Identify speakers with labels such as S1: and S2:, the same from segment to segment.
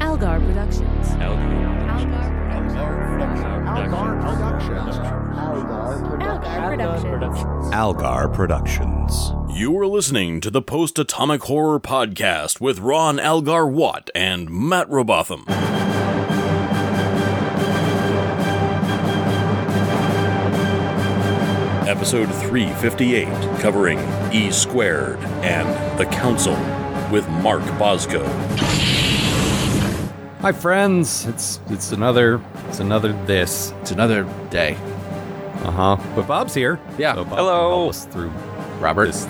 S1: Algar Productions.
S2: Algar Productions.
S1: Algar Productions.
S3: Algar Productions.
S4: You are listening to the Post Atomic Horror Podcast with Ron Algar Watt and Matt Robotham. Episode 358, covering E Squared and The Council with Mark Bosco.
S3: Hi friends. It's it's another it's another this.
S5: It's another day.
S3: Uh-huh. But Bob's here.
S5: Yeah.
S3: So Bob can
S5: Hello.
S3: help us through
S5: Robert.
S3: this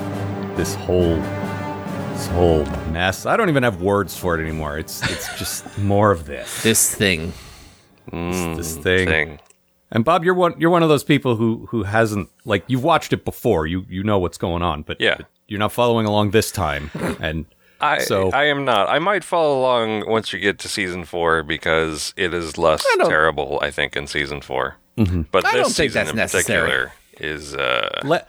S3: this whole this whole mess. I don't even have words for it anymore. It's it's just more of this.
S5: This thing.
S3: This thing. And Bob, you're one you're one of those people who who hasn't like you've watched it before. You you know what's going on, but
S6: Yeah.
S3: but you're not following along this time. And
S6: I
S3: So-
S6: I am not. I might follow along once you get to season four because it is less
S5: don't- Mm-hmm.
S6: terrible, I think, in season 4 But
S5: I
S6: this
S5: don't think
S6: season
S5: that's
S6: in
S5: necessary.
S6: particular is uh,
S3: Le-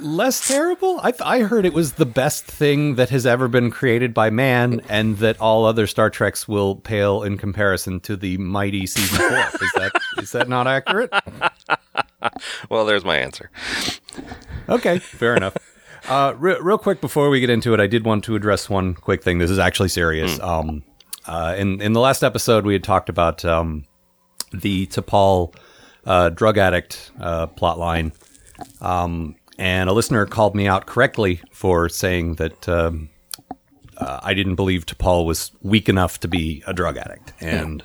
S3: less terrible? I, I heard it was the best thing that has ever been created by man, and that all other Star Treks will pale in comparison to the mighty season four. Is that is that not accurate?
S6: well. There's my answer.
S3: Okay, fair enough. Uh, re- real quick before we get into it, I did want to address one quick thing. This is actually serious. Um, uh, in in the last episode, we had talked about um, the Tapal uh, drug addict uh, plot line, um, and a listener called me out correctly for saying that um, uh, I didn't believe Tapal was weak enough to be a drug addict, and.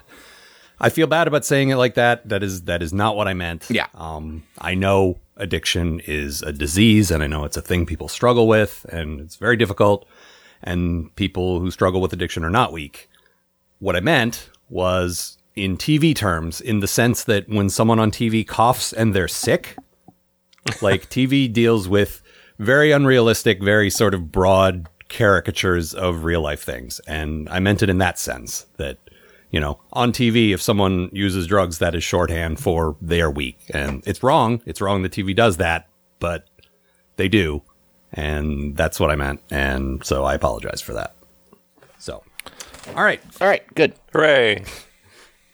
S3: I feel bad about saying it like that. That is that is not what I meant.
S5: Yeah.
S3: Um, I know addiction is a disease, and I know it's a thing people struggle with, and it's very difficult. And people who struggle with addiction are not weak. What I meant was in TV terms, in the sense that when someone on TV coughs and they're sick, like TV deals with very unrealistic, very sort of broad caricatures of real life things. And I meant it in that sense that, you know, on TV, if someone uses drugs, that is shorthand for they are weak. And it's wrong. It's wrong that TV does that, but they do. And that's what I meant. And so I apologize for that. So, all right.
S5: All right, good.
S6: Hooray!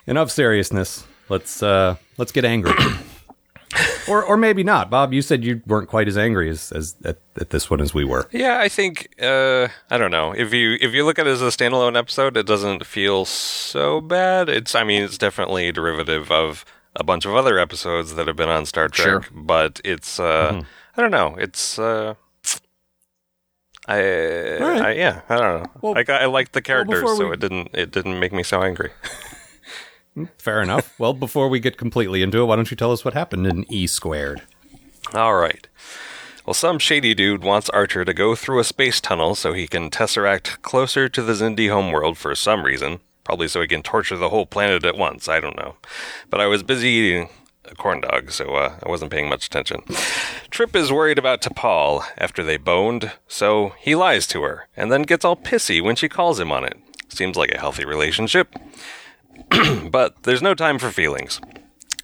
S3: Enough seriousness. Let's uh let's get angry. or or maybe not. Bob, you said you weren't quite as angry as, as at, at this one as we were.
S6: Yeah, I think uh, I don't know if you if you look at it as a standalone episode, it doesn't feel so bad. It's I mean, it's definitely derivative of a bunch of other episodes that have been on Star Trek, but it's uh,
S3: Mm-hmm.
S6: I don't know. It's uh, I, I yeah, I don't know.
S3: Well-
S6: like I, I liked the characters,
S3: before
S6: so
S3: we-
S6: it didn't it didn't make me so angry.
S3: Fair enough. well, before we get completely into it, why don't you tell us what happened in E squared?
S6: All right. Well, some shady dude wants Archer to go through a space tunnel so he can tesseract closer to the Zindi homeworld for some reason. Probably so he can torture the whole planet at once. I don't know. But I was busy eating a corn dog, so uh, I wasn't paying much attention. Trip is worried about T'Pol after they boned, so he lies to her and then gets all pissy when she calls him on it. Seems like a healthy relationship. but there's no time for feelings.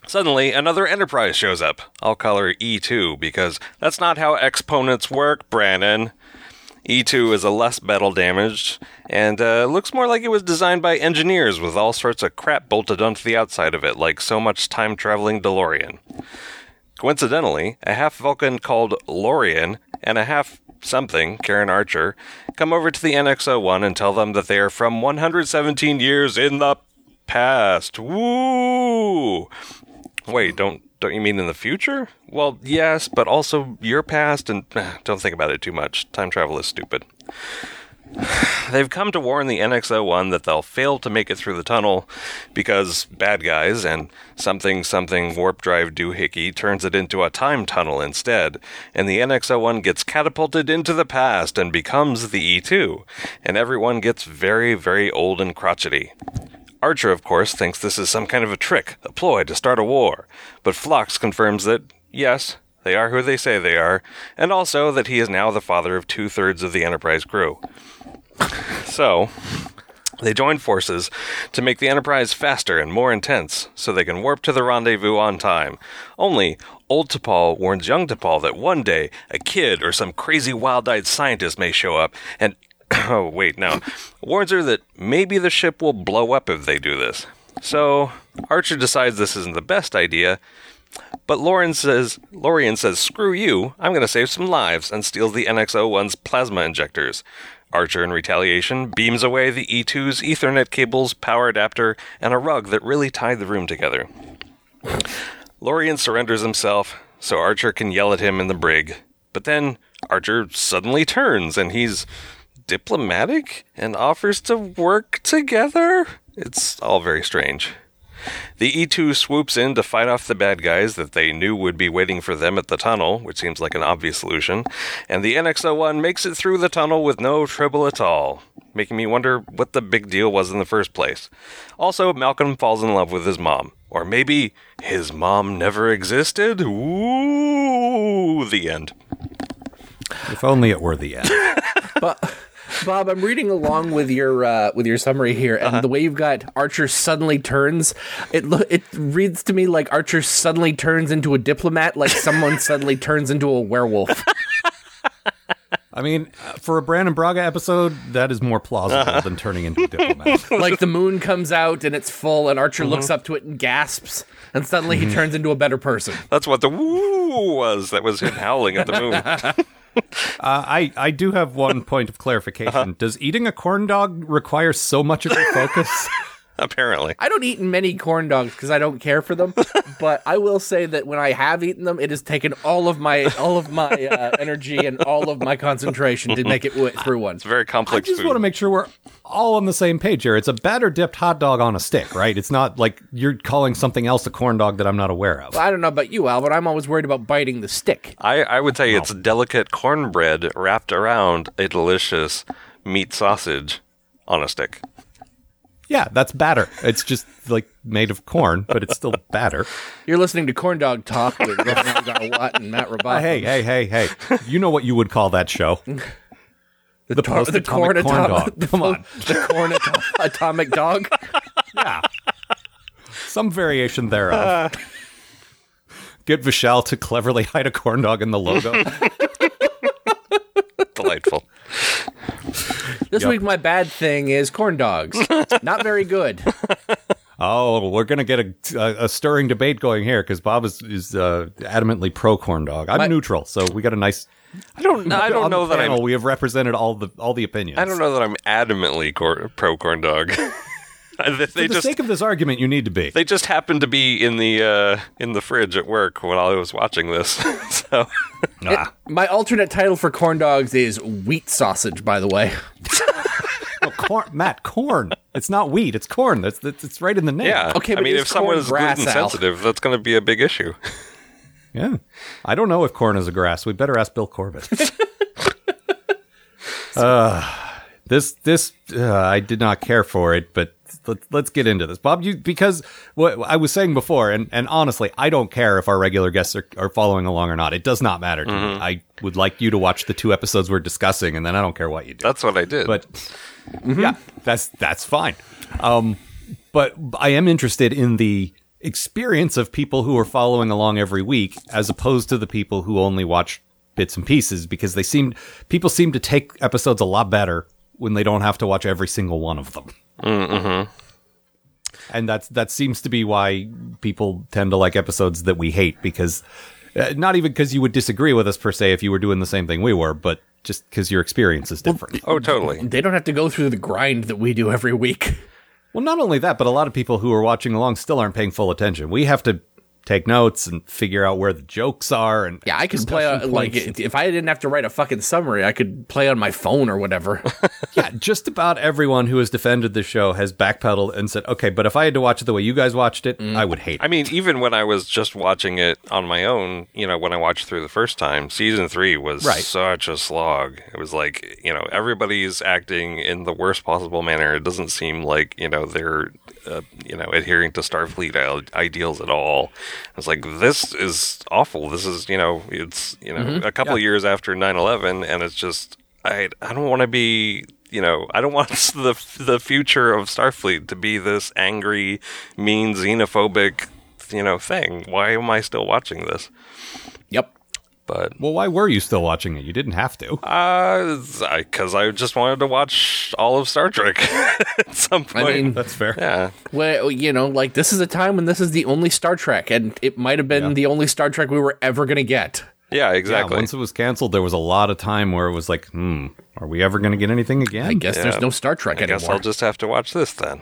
S6: Suddenly, another Enterprise shows up. I'll call her E2 because that's not how exponents work, Brannon. E2 is a less battle damaged and uh, looks more like it was designed by engineers with all sorts of crap bolted onto the outside of it, like so much time traveling DeLorean. Coincidentally, a half Vulcan called Lorian and a half something, Karen Archer, come over to the NX01 and tell them that they are from 117 years in the past. Woo! Wait, don't don't you mean in the future? Well, yes, but also your past and eh, don't think about it too much. Time travel is stupid. They've come to warn the NX-01 that they'll fail to make it through the tunnel because bad guys and something something warp drive doohickey turns it into a time tunnel instead, and the NX-01 gets catapulted into the past and becomes the E2, and everyone gets very very old and crotchety. Archer, of course, thinks this is some kind of a trick, a ploy to start a war, but Phlox confirms that, yes, they are who they say they are, and also that he is now the father of two thirds of the Enterprise crew. So, they join forces to make the Enterprise faster and more intense so they can warp to the rendezvous on time. Only, old T'Pol warns young T'Pol that one day a kid or some crazy wild eyed scientist may show up and oh, wait, no. Warns her that maybe the ship will blow up if they do this. So Archer decides this isn't the best idea, but Lauren says, Lorian says, screw you, I'm going to save some lives, and steals the NX-01's plasma injectors. Archer, in retaliation, beams away the E2's Ethernet cables, power adapter, and a rug that really tied the room together. Lorian surrenders himself so Archer can yell at him in the brig, but then Archer suddenly turns and he's diplomatic and offers to work together. It's all very strange. The E2 swoops in to fight off the bad guys that they knew would be waiting for them at the tunnel, which seems like an obvious solution, and the NX-01 makes it through the tunnel with no trouble at all, making me wonder what the big deal was in the first place. Also, Malcolm falls in love with his mom, or maybe his mom never existed? Ooh, the end.
S3: If only it were the end.
S5: Bob, I'm reading along with your uh, with your summary here,
S6: Uh-huh.
S5: and the way you've got Archer suddenly turns, it lo- it reads to me like Archer suddenly turns into a diplomat, like someone suddenly turns into a werewolf.
S3: I mean, uh, for a Brandon Braga episode, that is more plausible than turning into a diplomat.
S5: like the moon comes out and it's full, and
S6: Uh-huh.
S5: Archer looks up to it and gasps, and suddenly
S6: Mm-hmm.
S5: he turns into a better person.
S6: That's what the woo was. That was him howling at the moon.
S3: Uh, I, I do have one point of clarification. Does eating a corn dog require so much of your focus?
S6: Apparently.
S5: I don't eat many corn dogs because I don't care for them, but I will say that when I have eaten them, it has taken all of my all of my uh, energy and all of my concentration to make it w- through one.
S6: It's very
S3: I
S6: complex
S3: just
S6: food.
S3: want to make sure we're all on the same page here. It's a batter dipped hot dog on a stick, right? It's not like you're calling something else a corn dog that I'm not aware of.
S5: I don't know about you, Al, but I'm always worried about biting the stick.
S6: I, I would say it's delicate cornbread wrapped around a delicious meat sausage on a stick.
S3: Yeah, that's batter. It's just like made of corn, but it's still batter.
S5: You're listening to Corn Dog Talk with Ronan Gawat and Matt Rabat.
S3: Uh, Hey, hey, hey, hey. You know what you would call that show.
S5: the,
S3: post atomic corn dog.
S5: the
S3: Come
S5: po-
S3: on.
S5: the corn ato- atomic dog.
S3: Yeah. Some variation thereof. Get Vishal to cleverly hide a corn dog in the logo.
S6: Delightful.
S5: This
S3: Yep.
S5: week, my bad thing is corn dogs. Not very good.
S3: Oh, we're gonna get a, a, a stirring debate going here because Bob is is uh, adamantly pro corn dog. I'm
S5: My-
S3: neutral, so we got a nice.
S6: I don't know. I
S3: on
S6: don't
S3: the
S6: know that
S3: panel,
S6: I'm.
S3: we have represented all the all the opinions.
S6: I don't know that I'm adamantly cor- pro corn dog.
S3: For
S6: they they
S3: the
S6: just
S3: sake of this argument, you need to be.
S6: they just happened to be in the uh, in the fridge at work when I was watching this. so
S3: Nah.
S5: My alternate title for corn dogs is wheat sausage. By the way,
S3: Oh, corn, Matt, corn. It's not wheat. It's corn. That's, that's it's right in the name.
S6: yeah.
S5: Okay,
S6: I
S5: but
S6: mean,
S5: it's
S6: if someone
S5: corn
S6: is
S5: grass,
S6: gluten
S5: Al.
S6: sensitive, that's going to be a big issue.
S3: Yeah. I don't know if corn is a grass. We better ask Bill Corbett. Uh, this this uh, I did not care for it, but let's let's get into this, Bob. You because what I was saying before, and and honestly, I don't care if our regular guests are, are following along or not. It does not matter to me. I would like you to watch the two episodes we're discussing, and then I don't care what you do.
S6: That's what I did.
S3: But yeah, that's that's fine. Um, but I am interested in the experience of people who are following along every week, as opposed to the people who only watch bits and pieces, because they seem people seem to take episodes a lot better when they don't have to watch every single one of them. And that's that seems to be why people tend to like episodes that we hate because. Uh, not even because you would disagree with us per se if you were doing the same thing we were, but just because your experience is different.
S6: oh, totally.
S5: they don't have to go through the grind that we do every week.
S3: Well, not only that, but a lot of people who are watching along still aren't paying full attention. We have to take notes and figure out where the jokes are. And
S5: Yeah, I could play on, like if I didn't have to write a fucking summary, I could play on my phone or whatever.
S3: yeah, just about everyone who has defended the show has backpedaled and said, "Okay, but if I had to watch it the way you guys watched it, I would hate it."
S6: I mean, even when I was just watching it on my own, you know, when I watched through the first time, season three was
S3: Right.
S6: such a slog. It was like, you know, everybody's acting in the worst possible manner. It doesn't seem like, you know, they're, uh, you know, adhering to Starfleet i- ideals at all. It's like, this is awful. This is, you know, it's, you know, a couple years after 9 11, and it's just, I, I don't want to be you know, I don't want the the future of Starfleet to be this angry, mean, xenophobic, you know, thing. Why am I still watching this?
S5: yep.
S6: But
S3: Well, why were you still watching it? You didn't have to.
S6: uh, because I, just wanted to watch all of Star Trek at some
S5: I
S6: point.
S5: mean,
S3: That's fair.
S6: yeah,
S5: well, you know, like this is a time when this is the only Star Trek, and it might have been the only Star Trek we were ever going to get.
S6: yeah,
S3: Yeah,
S6: exactly.
S3: once it was canceled, there was a lot of time where it was like, hmm, are we ever going to get anything again?
S5: I guess there's no Star Trek
S6: I
S5: anymore.
S6: guess I'll just have to watch this then.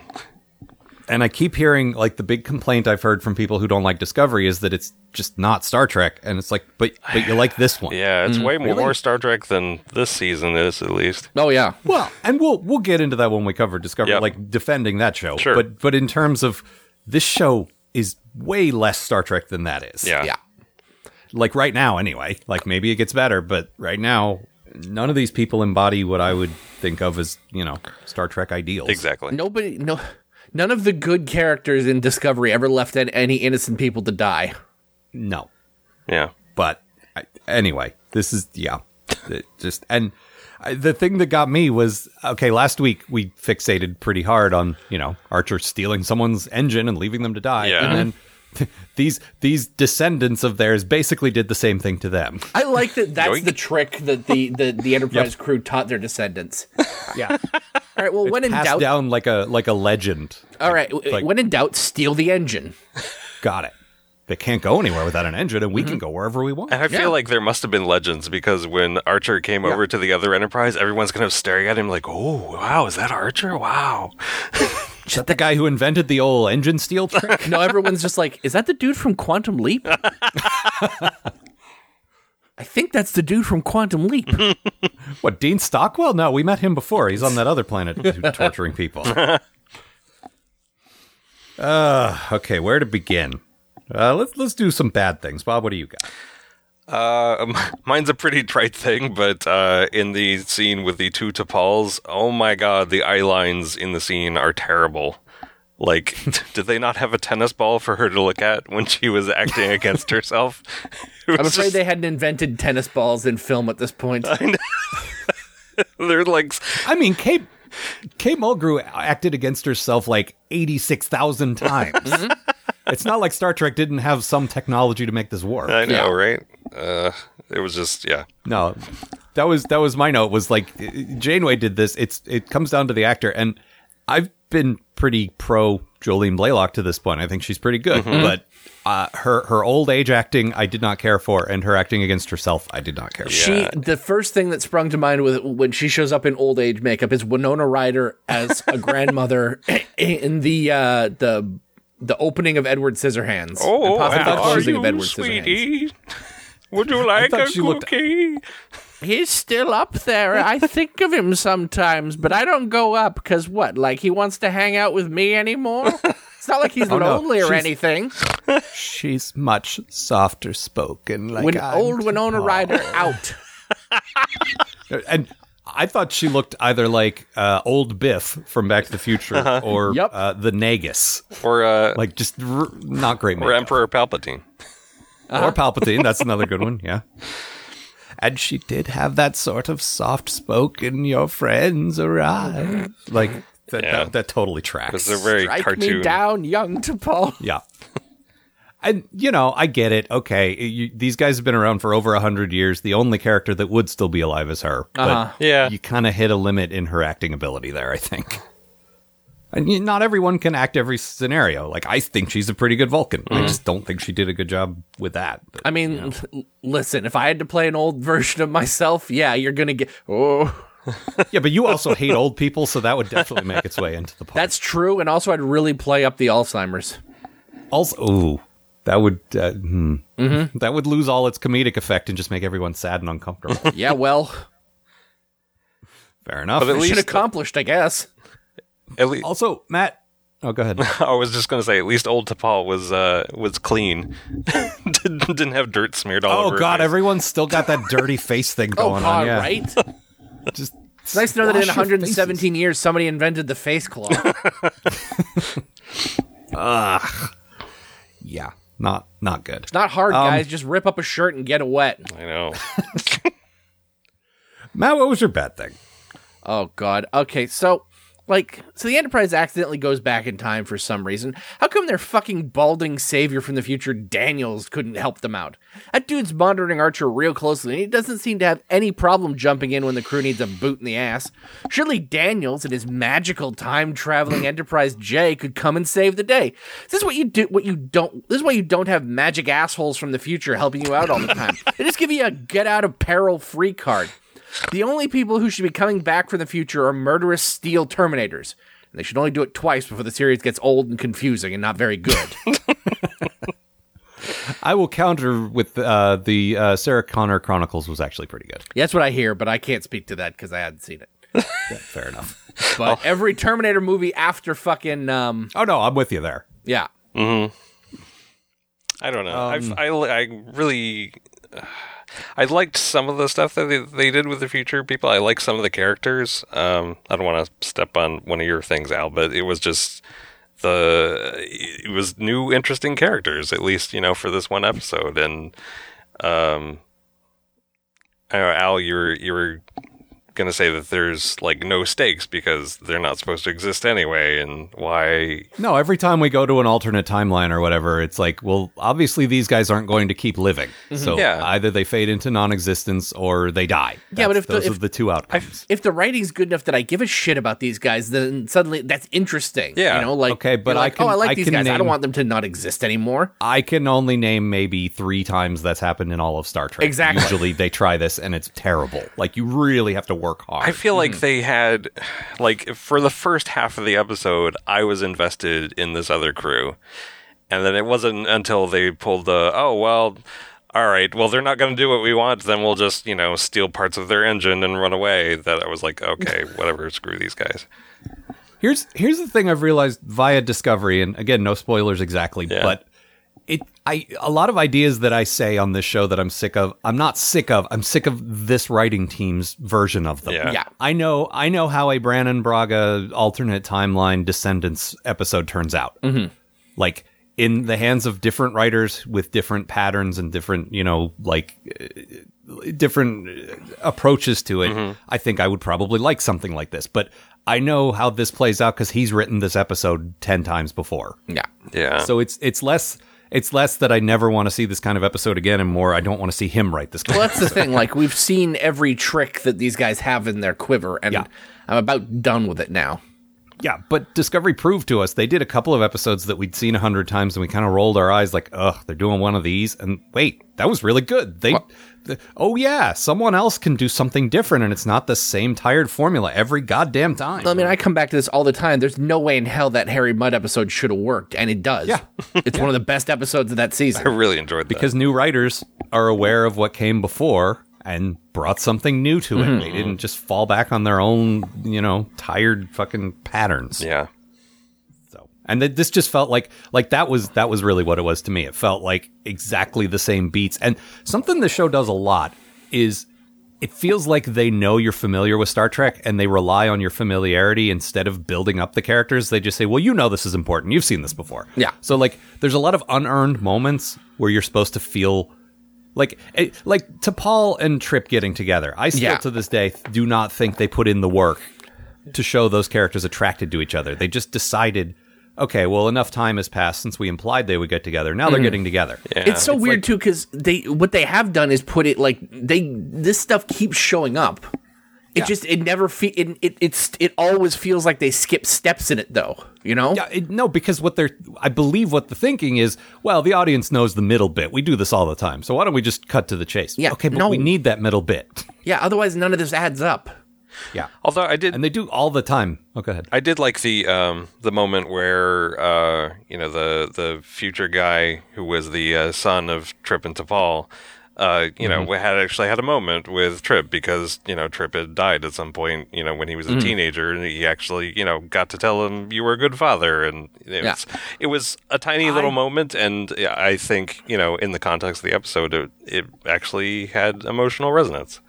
S3: And I keep hearing like the big complaint I've heard from people who don't like Discovery is that it's just not Star Trek, and it's like, but but you like this one,
S6: Yeah, it's way more Star Trek than this season is, at least.
S5: oh yeah,
S3: Well, and we'll we'll get into that when we cover Discovery,
S6: Yep.
S3: like defending that show.
S6: Sure.
S3: But but in terms of this show is way less Star Trek than that is.
S6: Yeah.
S5: yeah.
S3: Like right now, anyway. Like maybe it gets better, but right now, none of these people embody what I would think of as you know Star Trek ideals.
S6: Exactly.
S5: Nobody, no, none of the good characters in Discovery ever left an- any innocent people to die.
S3: No,
S6: Yeah.
S3: but I, anyway, this is yeah, It just and I, the thing that got me was okay. Last week we fixated pretty hard on you know Archer stealing someone's engine and leaving them to die,
S6: Yeah.
S3: and then. These these descendants of theirs basically did the same thing to them.
S5: I like that. That's
S6: Yoink.
S5: the trick that the the, the Enterprise crew taught their descendants.
S3: Yeah,
S5: All right. Well, when in
S3: passed
S5: doubt,
S3: down like a like a legend.
S5: all right. w-
S3: like-
S5: when in doubt, steal the engine.
S3: Got it. They can't go anywhere without an engine, and we can go wherever we want.
S6: Mm-hmm. And I feel like there must have been legends because when Archer came over to the other Enterprise, everyone's kind of staring at him like, oh, wow, is that Archer? Wow.
S3: Is that the guy who invented the old engine steal trick?
S5: No, everyone's just like, is that the dude from Quantum Leap? I think that's the dude from Quantum Leap.
S3: what Dean Stockwell? No, we met him before. He's on that other planet torturing people. Uh, okay, where to begin? Uh, let's let's do some bad things, Bob. What do you got?
S6: Um, mine's a pretty trite thing, but uh, in the scene with the two T'Pauls, oh my god, the eye lines in the scene are terrible. Like, did they not have a tennis ball for her to look at when she was acting against herself? It
S5: I'm
S6: was
S5: afraid
S6: just-
S5: they hadn't invented tennis balls in film at this point.
S6: they're like
S3: I mean, Kate Kate Mulgrew acted against herself like eighty six thousand times. it's not like Star Trek didn't have some technology to make this work.
S6: I know,
S5: Yeah.
S6: right? Uh, it was just yeah,
S3: No, that was that was my note. Was like i- i- Janeway did this. It's it comes down to the actor, and I've been pretty pro Jolene Blaylock to this point. I think she's pretty good, but uh, her her old age acting I did not care for, and her acting against herself I did not care for.
S5: She the first thing that sprung to mind with when she shows up in old age makeup is Winona Ryder as a grandmother in the uh, the the opening of Edward Scissorhands.
S6: Oh,
S5: and possibly the closing of Edward Scissorhands.
S6: Would you like
S3: thought she looked-
S5: He's still up there. I think of him sometimes, but I don't go up because what? Like he wants to hang out with me anymore? It's not like he's
S3: no.
S5: lonely or
S3: She's-
S5: anything.
S3: She's much softer spoken, like
S5: When
S3: I'm
S5: old
S3: too
S5: Winona
S3: old.
S5: Ryder
S6: Oh.
S5: out.
S3: And I thought she looked either like uh, old Biff from Back to the Future or
S5: Yep.
S3: uh, the Nagus,
S6: Or uh,
S3: like just r- not great.
S6: or
S3: makeup.
S6: Emperor Palpatine. Uh-huh.
S3: or Palpatine. That's another good one. Yeah. And she did have that sort of soft spoken, your friends arrive. Like, that,
S6: Yeah.
S3: that, that totally tracks.
S6: It's a very
S5: Strike
S6: cartoon.
S5: me down, young to Paul.
S3: yeah. And, you know, I get it. Okay. You, these guys have been around for over 100 years. The only character that would still be alive is her. But
S6: Uh-huh. Yeah.
S3: you kind of hit a limit in her acting ability there, I think. And you, not everyone can act every scenario. Like, I think she's a pretty good Vulcan.
S6: Mm-hmm.
S3: I just don't think she did a good job with that. But-
S5: I mean, l- listen, if I had to play an old version of myself, yeah, you're going to get. Oh,
S3: Yeah, but you also hate old people, so that would definitely make its way into the pod.
S5: that's true. And also, I'd really play up the Alzheimer's.
S3: also ooh, that would uh, hmm.
S5: Mm-hmm.
S3: that would lose all its comedic effect and just make everyone sad and uncomfortable.
S5: Yeah, well,
S3: Fair enough.
S6: But at
S5: mission
S6: least,
S5: accomplished, I guess.
S6: at least,
S3: also, Matt. Oh, go ahead.
S6: I was just gonna say, at least old T'Pol was uh was clean, didn't, didn't have dirt smeared all
S3: Oh
S6: over. her
S3: God,
S6: face.
S3: everyone's still got that dirty face thing
S5: Oh,
S3: going on.
S5: God,
S3: Yeah,
S5: right? It's
S3: Just
S5: nice to know that in
S3: wash your
S5: 117 years, somebody invented the face cloth.
S3: faces. Yeah, not not good.
S5: Not hard,
S3: Um,
S5: guys. Just rip up a shirt and get it wet.
S6: I know.
S3: Matt, what was your bad thing?
S5: Oh God. Okay, so Like, so the Enterprise accidentally goes back in time for some reason. How come their fucking balding savior from the future, Daniels, couldn't help them out? That dude's monitoring Archer real closely, and he doesn't seem to have any problem jumping in when the crew needs a boot in the ass. Surely Daniels and his magical time traveling Enterprise J could come and save the day. This is what you do. What you don't. This is why you don't have magic assholes from the future helping you out all the time. they just give you a get out of peril free card. The only people who should be coming back from the future are murderous steel terminators. And they should only do it twice before the series gets old and confusing and not very good.
S3: I will counter with uh, the uh, Sarah Connor Chronicles was actually pretty good.
S5: That's what I hear, but I can't speak to that because I hadn't seen it.
S3: Yeah, fair enough.
S5: But every Terminator movie after fucking um
S3: Oh no, I'm with you there.
S5: yeah.
S6: I don't know. I've, I li- I really uh, I liked some of the stuff that they, they did with the future people. I like some of the characters. Um, I don't want to step on one of your things, Al, but it was just the it was new interesting characters at least you know for this one episode and um I don't know, Al you were you were gonna say that there's like no stakes because they're not supposed to exist anyway and why
S3: No, every time we go to an alternate timeline or whatever, it's like, well, obviously these guys aren't going to keep living.
S5: Mm-hmm.
S3: So
S6: Yeah.
S3: either they fade into non-existence or they die.
S5: Yeah, but
S3: That's-
S5: if the-
S3: those
S5: if-
S3: are the two outcomes.
S5: If the writing's good enough that I give a shit about these guys, then suddenly that's interesting.
S6: Yeah.
S5: You know, like
S3: Okay, but
S5: you're
S3: I
S5: like,
S3: can-
S5: oh, I like
S3: I
S5: these
S3: can
S5: guys. I don't
S3: name-
S5: want them to not exist anymore.
S3: I can only name maybe three times that's happened in all of Star Trek.
S5: Exactly.
S3: Usually they try this and it's terrible. Like you really have to work hard.
S6: I feel
S3: Hmm.
S6: like they had, like, for the first half of the episode, I was invested in this other crew. And then it wasn't until they pulled the, oh, well, all right, well, they're not going to do what we want. Then we'll just, you know, steal parts of their engine and run away that I was like, okay, whatever, screw these guys.
S3: Here's here's the thing I've realized via discovery, and again, no spoilers exactly,
S6: Yeah.
S3: but it I a lot of ideas that I say on this show that I'm sick of. I'm not sick of. I'm sick of this writing team's version of them.
S6: Yeah.
S5: Yeah.
S3: I know I know how a Brannon Braga alternate timeline descendants episode turns out. Like in the hands of different writers with different patterns and different, you know, like uh, different uh, approaches to it. I think I would probably like something like this, but I know how this plays out cuz he's written this episode 10 times before.
S5: Yeah.
S6: Yeah.
S3: So it's it's less it's less that I never want to see this kind of episode again and more I don't want to see him write this kind
S5: Well,
S3: of
S5: that's the thing. Like we've seen every trick that these guys have in their quiver, and
S3: Yeah.
S5: I'm about done with it now.
S3: Yeah, but Discovery proved to us they did a couple of episodes that we'd seen a hundred times, and we kind of rolled our eyes like, "Ugh, they're doing one of these." And wait, that was really good. They, th- oh yeah, someone else can do something different, and it's not the same tired formula every goddamn time.
S5: I mean, I come back to this all the time. There's no way in hell that Harry Mudd episode should have worked, and it does.
S3: Yeah.
S5: it's one of the best episodes of that
S6: I
S5: season.
S6: really enjoyed that.
S3: because new writers are aware of what came before and brought something new to it. They didn't just fall back on their own, you know, tired fucking patterns.
S6: yeah.
S3: So, and th- this just felt like like that was that was really what it was to me. It felt like exactly the same beats. And something the show does a lot is it feels like they know you're familiar with Star Trek and they rely on your familiarity instead of building up the characters. They just say, "Well, you know this is important. You've seen this before."
S5: Yeah.
S3: So like there's a lot of unearned moments where you're supposed to feel like it, like to Paul and Trip getting together. I still
S5: Yeah.
S3: to this day do not think they put in the work to show those characters attracted to each other. They just decided, okay, well, enough time has passed since we implied they would get together. Now they're
S5: Mm-hmm.
S3: getting together.
S5: It's so weird too, because they what they have done is put it like they this stuff keeps showing up. It just it never fe- it, it it's it always feels like they skip steps in it though. You know.
S3: Yeah, it- no, because what they're, I believe what the thinking is, well, the audience knows the middle bit. We do this all the time. So why don't we just cut to the chase?
S5: Yeah,
S3: Okay, but
S5: no.
S3: we need that middle bit.
S5: Yeah, Otherwise, none of this adds up.
S3: Yeah.
S6: Although I did
S3: And they do all the time. Oh, go ahead.
S6: I did like the um, the moment where uh, you know the the future guy who was the uh, son of Trip and T'Pol, uh, you
S3: Mm-hmm.
S6: know, we had actually had a moment with Trip because you know Trip had died at some point, you know, when he was
S3: Mm-hmm.
S6: a teenager, and he actually you know got to tell him you were a good father, and it
S5: Yeah.
S6: was it was a tiny little moment, and yeah, I think you know in the context of the episode, it, it actually had emotional resonance.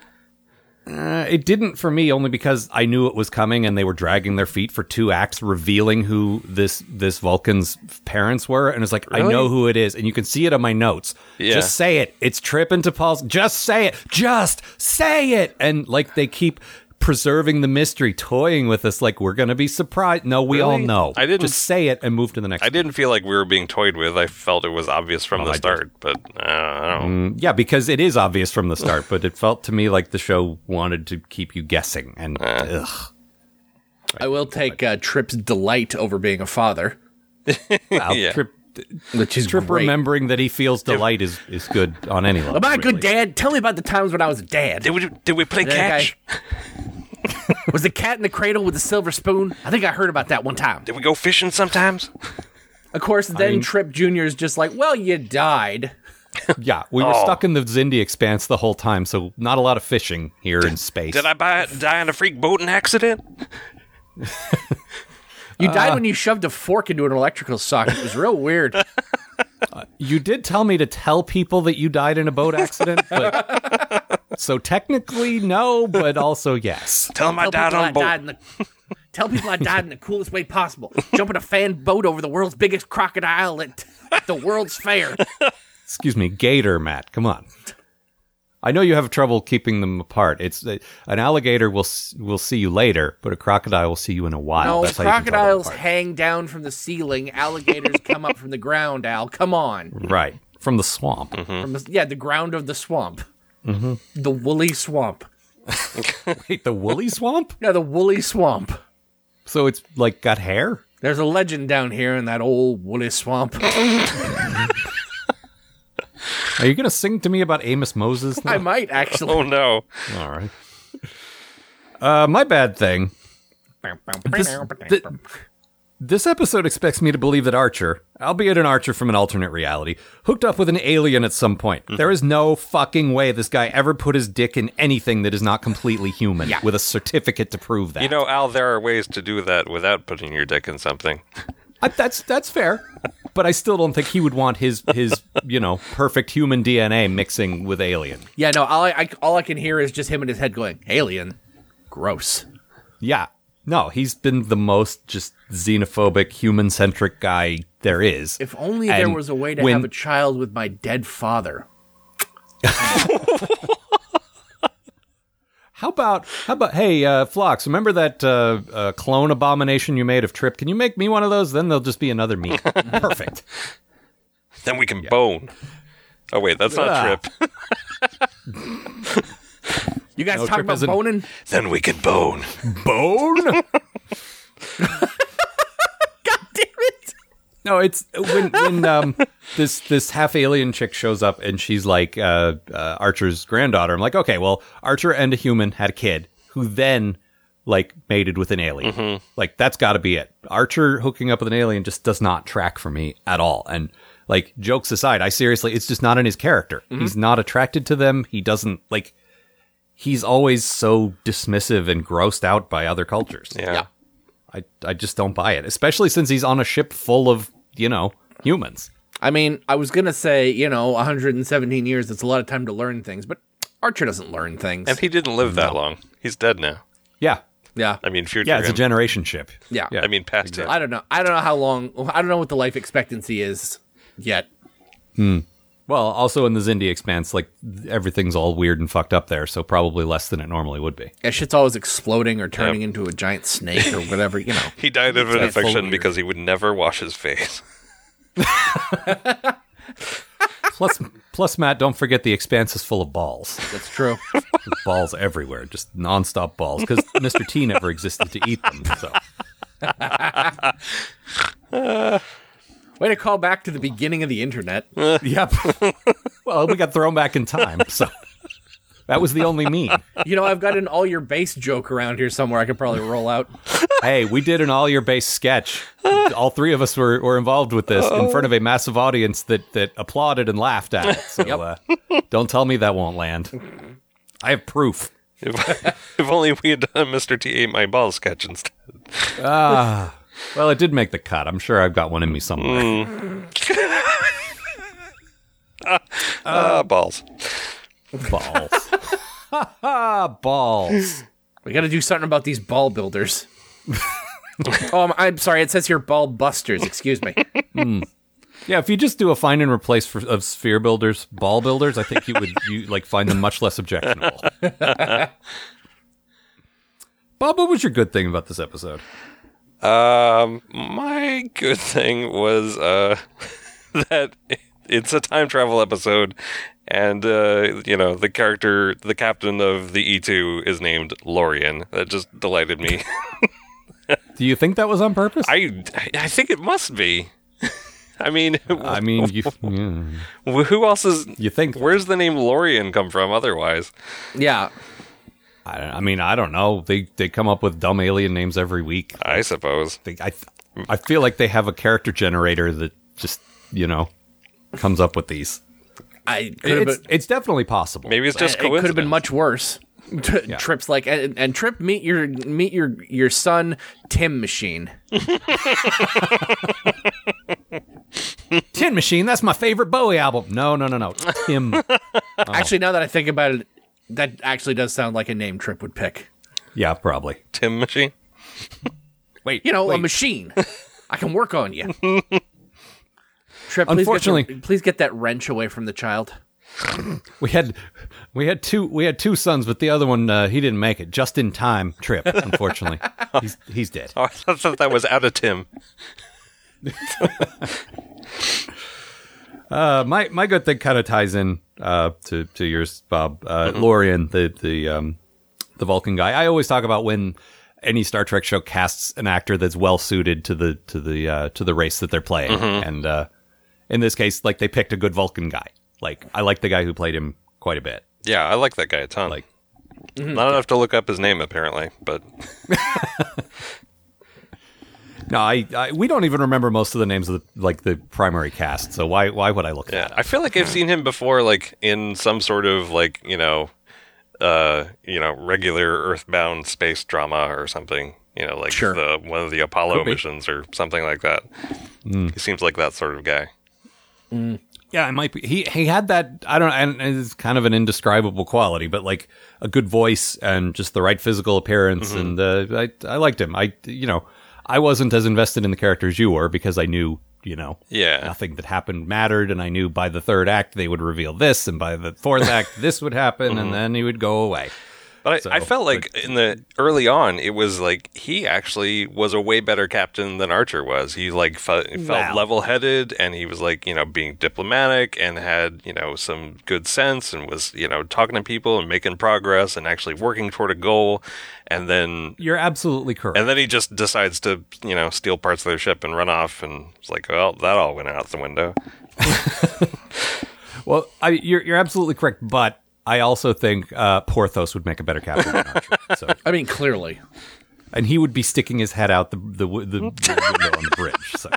S3: Uh, it didn't for me only because I knew it was coming and they were dragging their feet for two acts revealing who this this Vulcan's parents were and it's like I know who it is and you can see it on my notes.
S6: Yeah.
S3: Just say it. It's tripping to Paul's. Just say it. Just say it. And like they keep preserving the mystery, toying with us like we're going to be surprised. No, we all
S6: Really?
S3: know.
S6: I didn't-
S3: Just say it and move to the next.
S6: I didn't feel like we were being toyed with. I felt it was obvious from the
S3: I did.
S6: start, but uh, I don't know.
S3: one. Yeah, because it is obvious from the start, but it felt to me like the show wanted to keep you guessing. And
S6: Uh.
S3: ugh.
S5: I will take uh, Trip's delight over being a father,
S3: Wow,
S6: Yeah.
S3: Trip,
S5: which is
S3: Trip
S5: great.
S3: remembering that he feels delight is, is good on any level.
S5: Am I a
S3: really.
S5: good dad? Tell me about the times when I was a dad.
S6: Did we did we play
S5: That guy-
S6: catch?
S5: was the cat in the cradle with the silver spoon? I think I heard about that one time.
S6: Did we go fishing sometimes?
S5: Of course, then Trip Jr. is just like, well, you died.
S3: Yeah, we were stuck in the Zindi expanse the whole time, so not a lot of fishing here in space.
S6: Did I buy, die in a freak boating accident?
S5: You
S3: Uh.
S5: died when you shoved a fork into an electrical socket. It was real weird.
S3: You did tell me to tell people that you died in a boat accident, but so technically no, but also yes.
S6: Tell them I
S5: Tell
S6: died
S5: people
S6: on
S5: I
S6: a boat.
S5: died in the- Tell people I died in the coolest way possible. Jumping a fan boat over the world's biggest crocodile at the World's Fair.
S3: Excuse me, gator, Matt. Come on. I know you have trouble keeping them apart. It's uh, an alligator will s- will see you later, but a crocodile will see you in a while.
S5: No,
S3: That's how you can tell them
S5: crocodiles
S3: apart.
S5: hang down from the ceiling. Alligators come up from the ground, Al. Come on.
S3: right from the swamp.
S5: From the, yeah, the ground of the swamp.
S3: Mm-hmm.
S5: The woolly swamp.
S3: Wait, the woolly swamp?
S5: No, the woolly swamp.
S3: So it's like got hair?
S5: There's a legend down here in that old woolly swamp.
S3: Are you going to sing to me about Amos Moses? Now?
S5: I might actually.
S6: Oh no!
S3: All right. Uh, my bad thing. This episode expects me to believe that Archer, albeit an Archer from an alternate reality, hooked up with an alien at some point.
S6: Mm-hmm.
S3: There is no fucking way this guy ever put his dick in anything that is not completely human with a certificate to prove that.
S6: You know, Al, there are ways to do that without putting your dick in something.
S3: I, that's that's fair, but I still don't think he would want his his you know perfect human DNA mixing with alien.
S5: yeah, no, all I, I, all I can hear is just him in his head going, alien. Gross.
S3: Yeah. No, he's been the most just xenophobic, human centric guy there is.
S5: If only there
S3: And
S5: was a way to
S3: when-
S5: have a child with my dead father.
S3: How about how about hey uh, Flox? Remember that uh, uh, clone abomination you made of Trip? Can you make me one of those? Then there'll just be another me. Perfect.
S6: Then we can bone. Oh wait, that's not
S3: Ah.
S6: trip.
S5: You guys
S3: No,
S5: talk
S3: Trip
S5: about
S3: isn't-
S5: boning?
S6: then we can bone.
S3: Bone.
S5: God damn it.
S3: No, it's when when um this this half alien chick shows up and she's like uh, uh Archer's granddaughter. I'm like, okay, well, Archer and a human had a kid who then like mated with an alien. Like that's got to be it. Archer hooking up with an alien just does not track for me at all. And like jokes aside, I seriously, it's just not in his character. He's not attracted to them. He doesn't like. He's always so dismissive and grossed out by other cultures.
S6: Yeah.
S3: I, I just don't buy it, especially since he's on a ship full of, you know, humans.
S5: I mean, I was going to say, you know, 117 years, it's a lot of time to learn things, but Archer doesn't learn things.
S6: And he didn't live that long. He's dead now.
S3: Yeah.
S5: yeah.
S6: I mean, future.
S3: Yeah, it's a
S6: him.
S3: generation ship.
S5: Yeah.
S3: Yeah.
S6: I mean, past
S5: I don't know. I don't know how long. I don't know what the life expectancy is yet.
S3: Well, also in the Zindi expanse, like th- everything's all weird and fucked up there, so probably less than it normally would be.
S5: That shit's always exploding or turning into a giant snake or whatever. You know.
S6: He died of an
S5: That's so
S6: infection
S5: weird.
S6: because he would never wash his face.
S3: Plus, plus, Matt, don't forget the expanse is full of balls.
S5: That's true.
S3: balls everywhere, just nonstop balls, because Mr. T never existed to eat them. So
S5: Way to call back to the beginning of the internet.
S3: yep. well, we got thrown back in time, so that was the only meme.
S5: You know, I've got an all your base joke around here somewhere. I could probably roll out.
S3: hey, we did an all your base sketch. All three of us were, were involved with this in front of a massive audience that that applauded and laughed at it. So uh, don't tell me that won't land. I have proof.
S6: If, if only we had done Mr. T ate my ball sketch instead.
S3: Well, it did make the cut. I'm sure I've got one in me somewhere.
S6: Ah, balls.
S3: Balls. Ah, balls.
S5: We got to do something about these ball builders. oh, I'm, I'm sorry. It says here ball busters. Excuse me.
S3: Yeah, if you just do a find and replace for, of sphere builders, ball builders, I think you would you like find them much less objectionable. Bob, what was your good thing about this episode?
S6: Um, my good thing was uh, that it's a time travel episode, and uh, you know the character, the captain of the E two, is named Lorian. That just delighted me.
S3: Do you think that was on purpose?
S6: I I think it must be. I mean,
S3: I mean, you, yeah.
S6: wh- who else is?
S3: you think?
S6: Where's the name Lorian come from? Otherwise,
S5: Yeah.
S3: I, I mean, I don't know. They they come up with dumb alien names every week.
S6: I suppose.
S3: They, I I feel like they have a character generator that just you know comes up with these.
S5: I could have
S3: It's,
S5: been,
S3: it's definitely possible.
S6: Maybe it's just
S5: it could
S6: coincidence.
S5: have been much worse. T- Trips like and, and Trip meet your meet your your son Tim Machine.
S3: Tin Machine. That's my favorite Bowie album. No, no, no, no. Tim. Uh-huh.
S5: Actually, now that I think about it, that actually does sound like a name Trip would pick.
S3: yeah, probably.
S6: Tim Machine.
S3: Wait,
S5: You know,
S3: wait.
S5: a machine. I can work on you. Trip, please
S3: Unfortunately-
S5: get the- please get that wrench away from the child.
S3: we had we had two we had two sons, but the other one uh, he didn't make it. Just in time trip, unfortunately. he's he's dead.
S6: Oh, I thought that was out of Tim.
S3: Uh, my my good thing kind of ties in uh, to to yours, Bob. Uh, Lorian, the the um, the Vulcan guy. I always talk about when any Star Trek show casts an actor that's well suited to the to the uh, to the race that they're playing, and uh, in this case, like they picked a good Vulcan guy. Like I like the guy who played him quite a bit.
S6: Yeah, I like that guy a ton. Like,
S5: mm-hmm.
S6: not enough to look up his name apparently, but
S3: No, I, I we don't even remember most of the names of the like the primary cast. So why why would I look at
S6: yeah,
S3: that up?
S6: I feel like I've seen him before, like in some sort of like you know, uh, you know, regular Earthbound space drama or something. You know, like
S5: Sure.
S6: the one of the Apollo missions or something like that. He seems like that sort of guy.
S3: Yeah, it might be. He he had that. I don't. And it's kind of an indescribable quality, but like a good voice and just the right physical appearance, and uh, I I liked him. I you know I wasn't as invested in the character as you were because I knew you know
S6: Yeah.
S3: nothing that happened mattered, and I knew by the third act they would reveal this, and by the fourth act this would happen, and then he would go away.
S6: But I, I
S3: So,
S6: felt like in the early on, it was like he actually was a way better captain than Archer was. He like fe- felt
S3: Wow.
S6: level-headed, and he was like you know being diplomatic and had you know some good sense and was you know talking to people and making progress and actually working toward a goal. And then
S3: You're absolutely correct.
S6: and then he just decides to you know steal parts of their ship and run off, and it's like well that all went out the window.
S3: Well, I, you're you're absolutely correct, but I also think uh, Porthos would make a better captain than Archer. So
S5: I mean, clearly.
S3: and he would be sticking his head out the the, w- the, the window on the bridge. So.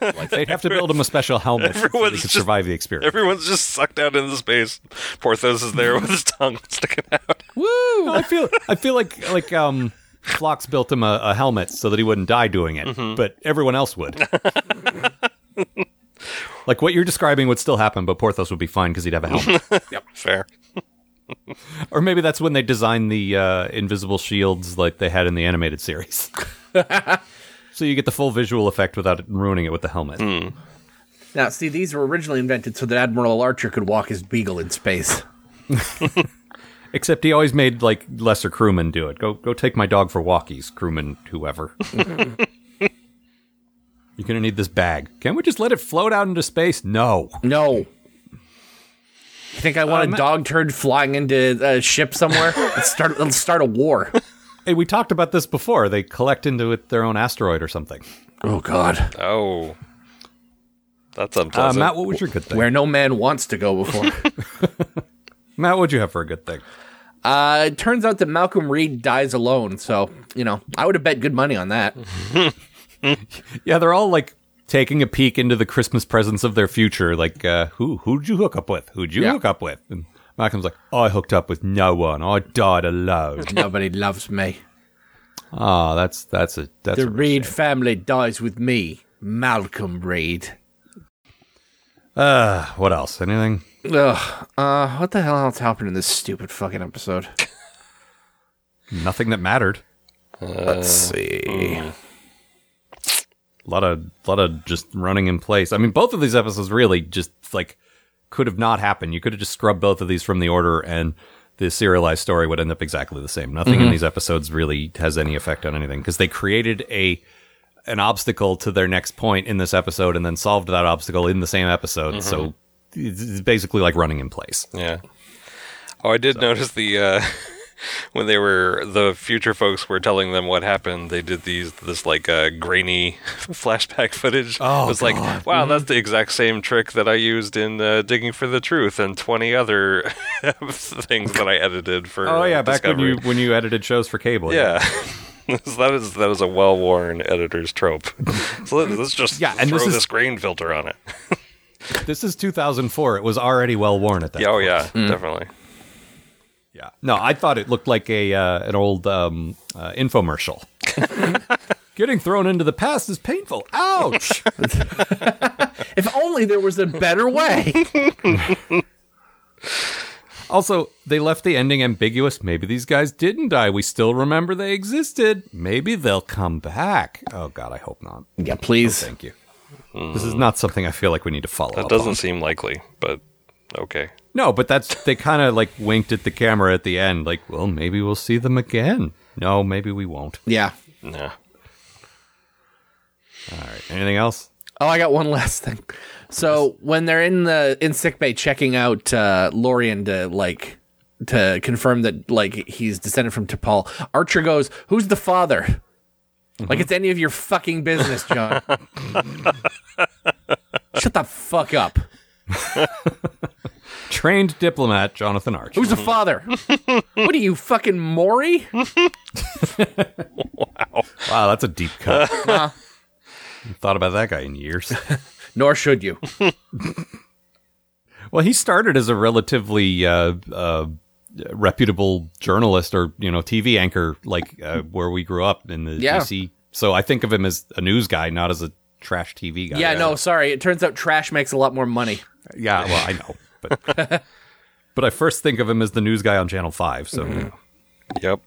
S3: like they'd have to build him a special helmet so he
S6: everyone's
S3: could
S6: just-
S3: survive the experience.
S6: Everyone's just sucked out into space. Porthos is there with his tongue sticking out.
S3: Woo! I feel I feel like like um, Phlox built him a, a helmet so that he wouldn't die doing it,
S6: Mm-hmm.
S3: but everyone else would. like what you're describing would still happen, but Porthos would be fine because he'd have a helmet.
S6: Fair.
S3: or maybe that's when they designed the uh, invisible shields like they had in the animated series. so you get the full visual effect without ruining it with the helmet.
S5: Now, see, these were originally invented so that Admiral Archer could walk his beagle in space.
S3: Except he always made like lesser crewmen do it. Go go take my dog for walkies, crewman whoever. You're gonna need this bag. Can't we just let it float out into space? No.
S5: No. You think I want a dog turd flying into a ship somewhere? let's start. Let's start a war.
S3: Hey, we talked about this before. They collect into it their own asteroid or something.
S5: Oh God,
S6: Oh, that's
S3: Uh,
S6: unpleasant.
S3: Matt, what was your good thing?
S5: where no man wants to go before.
S3: Matt, what'd you have for a good thing?
S5: uh, it turns out that Malcolm Reed dies alone, so you know I would have bet good money on that.
S3: Yeah, they're all like taking a peek into the Christmas presents of their future. Like, uh, who who'd you hook up with? Who'd you
S5: Yeah.
S3: hook up with? And Malcolm's like, I hooked up with no one. I died alone.
S5: Nobody loves me.
S3: Ah, that's that's a that's
S5: The
S3: a
S5: Reed family dies with me, Malcolm Reed.
S3: Uh, what else? Anything?
S5: Ugh. Uh, what the hell else happened in this stupid fucking episode?
S3: Nothing that mattered.
S5: Let's see.
S3: A lot of lot of just running in place. I mean, both of these episodes really just like could have not happened. You could have just scrubbed both of these from the order, and the serialized story would end up exactly the same. Nothing in these episodes really has any effect on anything because they created a an obstacle to their next point in this episode and then solved that obstacle in the same episode. So it's it's basically like running in place.
S6: Yeah. Oh, I did notice the uh, when they were the future folks were telling them what happened. They did these this like uh, grainy flashback footage.
S3: Oh,
S6: it was like, wow, that's the exact same trick that I used in uh, digging for the truth and twenty other things that I edited for.
S3: Oh
S6: uh,
S3: yeah, back when
S6: Discovery.
S3: you when you edited shows for cable.
S6: Yeah. So that is that is a well worn editor's trope. So let, us just
S3: Yeah, and
S6: throw
S3: this
S6: this,
S3: is-
S6: grain filter on it.
S3: This is 2004. It was already well worn at that.
S6: Yeah, oh
S3: point.
S6: yeah, definitely.
S3: Yeah. No, I thought it looked like a uh, an old um, uh, infomercial. Getting thrown into the past is painful. Ouch.
S5: If only there was a better way.
S3: also, they left the ending ambiguous. Maybe these guys didn't die. We still remember they existed. Maybe they'll come back. Oh god, I hope not.
S5: yeah, please.
S3: Thank you. This is not something I feel like we need to follow
S6: That
S3: up
S6: doesn't
S3: on.
S6: seem likely, but okay.
S3: No, but that's they kind of like winked at the camera at the end like, well, maybe we'll see them again. No, maybe we won't.
S5: Yeah.
S6: Nah.
S3: All right. Anything else?
S5: Oh, I got one last thing. So when they're in the in sickbay checking out uh, Lorian to like to confirm that like he's descended from T'Pol, Archer goes, "Who's the father?" Like it's any of your fucking business, John. Shut the fuck up.
S3: Trained diplomat Jonathan Archer.
S5: Who's the father? what are you fucking Maury?
S3: Wow, that's a deep cut. Thought about that guy in years.
S5: Nor should you.
S3: Well, he started as a relatively uh, uh, reputable journalist or you know TV anchor, like uh, where we grew up in the
S5: Yeah.
S3: DC. So I think of him as a news guy, not as a trash TV guy.
S5: Yeah, no, sorry. It turns out trash makes a lot more money.
S3: yeah. Well, I know, but but I first think of him as the news guy on Channel Five. So,
S5: Mm-hmm.
S3: you know.
S6: Yep.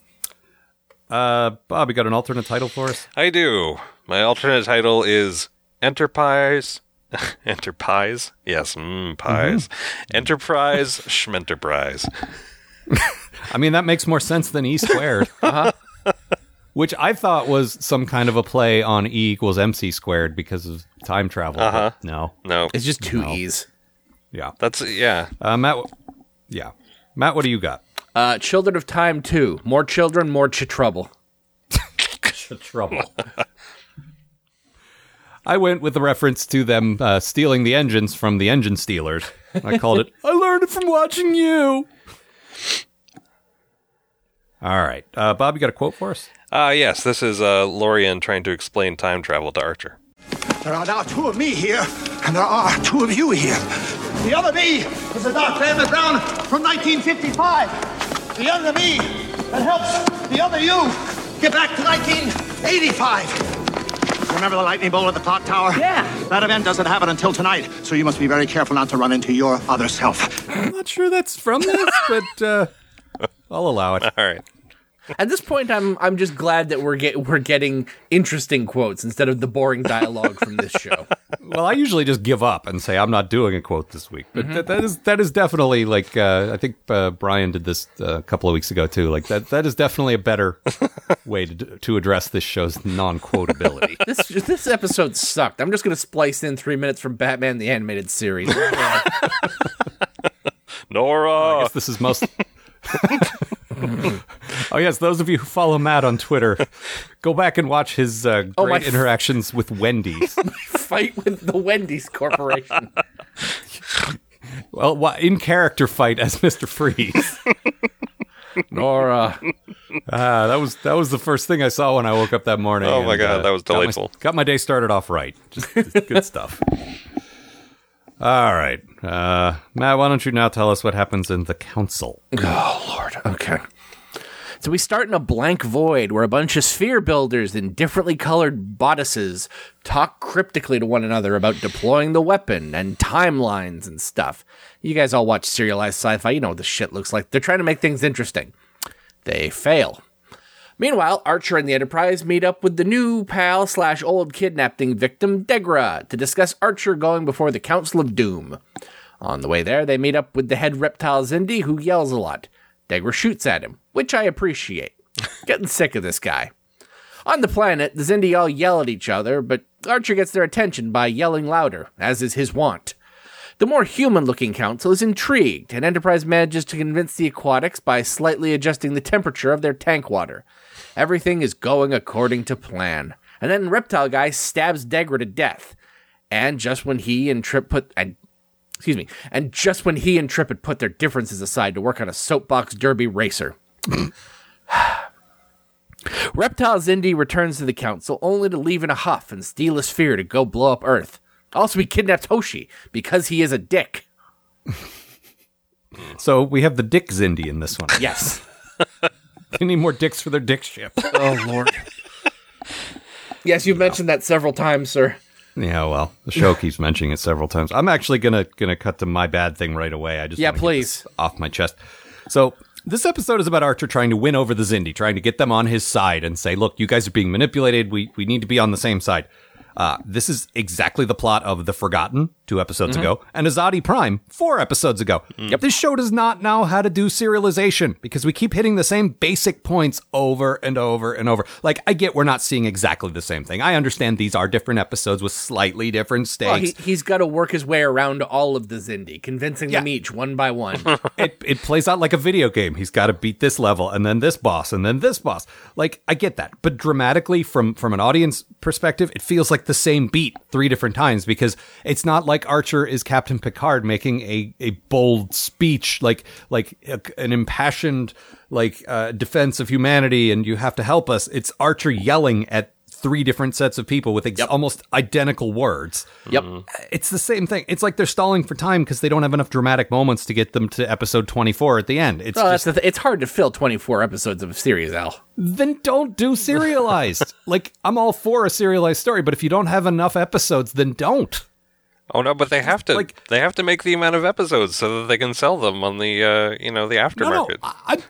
S3: uh, Bob, you got an alternate title for us?
S6: I do. My alternate title is Enterprise. Enterprise? Yes, mm, pies.
S3: Mm-hmm.
S6: Enterprise Schmenterprise.
S3: I mean, that makes more sense than E squared, uh-huh. which I thought was some kind of a play on E equals MC squared because of time travel. but No,
S6: No.
S5: It's just two E's.
S3: yeah,
S6: That's, yeah.
S3: uh, Matt. w- Yeah, Matt. What do you got?
S5: Uh, Children of Time 2. More children, more ch- trouble.
S3: Trouble. I went with the reference to them uh, stealing the engines from the engine stealers. I called it. I learned it from watching you. All right, uh, Bob, you got a quote for us?
S6: Ah, yes, this is uh, Lorian trying to explain time travel to Archer.
S2: There are now two of me here, and there are two of you here. The other me is the Dr. Emmett Brown from 1955. The other me that helps the other you get back to 1985. Remember the lightning bolt at the clock tower? Yeah. That event doesn't happen until tonight, so you must be very careful not to run into your other self.
S3: I'm not sure that's from this, but uh, I'll allow it.
S6: All right.
S5: At this point, I'm I'm just glad that we're get we're getting interesting quotes instead of the boring dialogue from this show.
S3: Well, I usually just give up and say I'm not doing a quote this week, but
S5: Mm-hmm.
S3: that, that is that is definitely like uh, I think uh, Brian did this uh, a couple of weeks ago too. Like that that is definitely a better way to d- to address this show's non-quotability.
S5: This this episode sucked. I'm just gonna splice in three minutes from Batman the Animated Series.
S6: Nora!
S3: Yes, this is most. oh yes, those of you who follow Matt on Twitter, go back and watch his uh, great
S5: Oh, my f-
S3: interactions with Wendy's.
S5: Fight with the Wendy's Corporation.
S3: well, wha- in character fight as Mister Freeze.
S5: Nora.
S3: Uh, that was that was the first thing I saw when I woke up that morning.
S6: Oh my
S3: and, uh,
S6: God, that was
S3: got my-
S6: delightful.
S3: Got my, day started off right. Just, just good stuff. All right, uh, Matt, why don't you now tell us what happens in the council?
S5: Oh Lord. Okay. So we start in a blank void where a bunch of sphere builders in differently colored bodices talk cryptically to one another about deploying the weapon and timelines and stuff. You guys all watch serialized sci-fi, you know what this shit looks like. They're trying to make things interesting. They fail. Meanwhile, Archer and the Enterprise meet up with the new pal slash old kidnapping victim, Degra, to discuss Archer going before the Council of Doom. On the way there, they meet up with the head reptile Zindi, who yells a lot. Degra shoots at him, which I appreciate. Getting sick of this guy. On the planet, the Zindi all yell at each other, but Archer gets their attention by yelling louder, as is his wont. The more human looking council is intrigued, and Enterprise manages to convince the aquatics by slightly adjusting the temperature of their tank water. Everything is going according to plan. And then Reptile Guy stabs Degra to death. And just when he and Trip put and excuse me, and just when he and Trip had put their differences aside to work on a soapbox derby racer. Reptile Zindi returns to the council only to leave in a huff and steal a sphere to go blow up Earth. Also, he kidnaps Hoshi because he is a dick.
S3: So we have the Dick Zindi in this one.
S5: Yes.
S3: They need more dicks for their dick ship.
S5: oh Lord. Yes, you've mentioned that several times, sir.
S3: yeah, well, the show keeps mentioning it several times. I'm actually gonna gonna cut to my bad thing right away. I just
S5: Yeah,
S3: wanna get
S5: please.
S3: this off my chest. So this episode is about Archer trying to win over the Zindi, trying to get them on his side and say, "Look, you guys are being manipulated. We we need to be on the same side." Uh, this is exactly the plot of The Forgotten two episodes
S5: Mm-hmm.
S3: ago and Azadi Prime four episodes ago. This show does not know how to do serialization because we keep hitting the same basic points over and over and over. Like, I get we're not seeing exactly the same thing. I understand these are different episodes with slightly different stakes.
S5: Well, he, he's got to work his way around all of the Zindi, convincing them
S3: Yeah.
S5: each one by one.
S3: it it plays out like a video game. He's got to beat this level and then this boss and then this boss. Like I get that, but dramatically from from an audience perspective, it feels like the same beat three different times because it's not like Archer is Captain Picard making a a bold speech like like a, an impassioned like uh, defense of humanity and you have to help us. It's Archer yelling at three different sets of people with ex- almost identical words
S5: yep.
S3: it's the same thing. It's like they're stalling for time because they don't have enough dramatic moments to get them to episode 24 at the end. It's
S5: Well, Oh, that's
S3: just,
S5: the th- Uh, it's hard to fill 24 episodes of a series, Al.
S3: then don't do serialized. like, I'm all for a serialized story, but if you don't have enough episodes, then don't.
S6: Oh no, but they have to
S3: Like-
S6: they have to make the amount of episodes so that they can sell them on the uh, you know the
S3: No, no.
S6: aftermarket.
S3: I, I'm-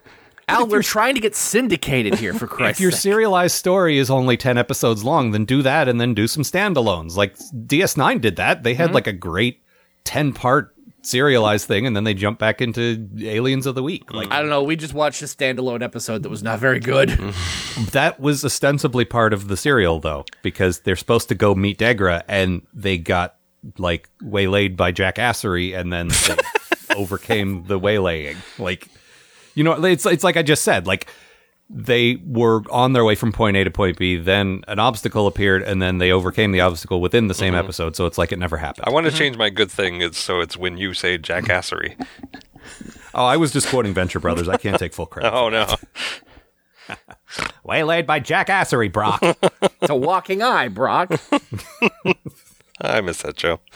S5: Al,
S3: if you're-
S5: we're trying to get syndicated here, for
S3: if
S5: Christ's
S3: your
S5: sake.
S3: serialized story is only 10 episodes long, then do that and then do some standalones. Like, DS9 did that. They had like a great 10 part serialized thing, and then they jump back into Aliens of the Week. Like,
S5: I don't know. We just watched a standalone episode that was not very good.
S3: That was ostensibly part of the serial, though, because they're supposed to go meet Degra, and they got like waylaid by Jack Assery, and then they overcame the waylaying. Like, you know, it's it's like I just said, like they were on their way from point A to point B, then an obstacle appeared, and then they overcame the obstacle within the same episode. So it's like it never happened.
S6: Mm-hmm. I want to change my good thing it's so it's when you say jackassery.
S3: oh, I was just quoting Venture Brothers. I can't take full credit.
S6: Oh no.
S3: Waylaid by Jack Assery, Brock.
S5: it's a walking eye, Brock.
S6: I miss that show.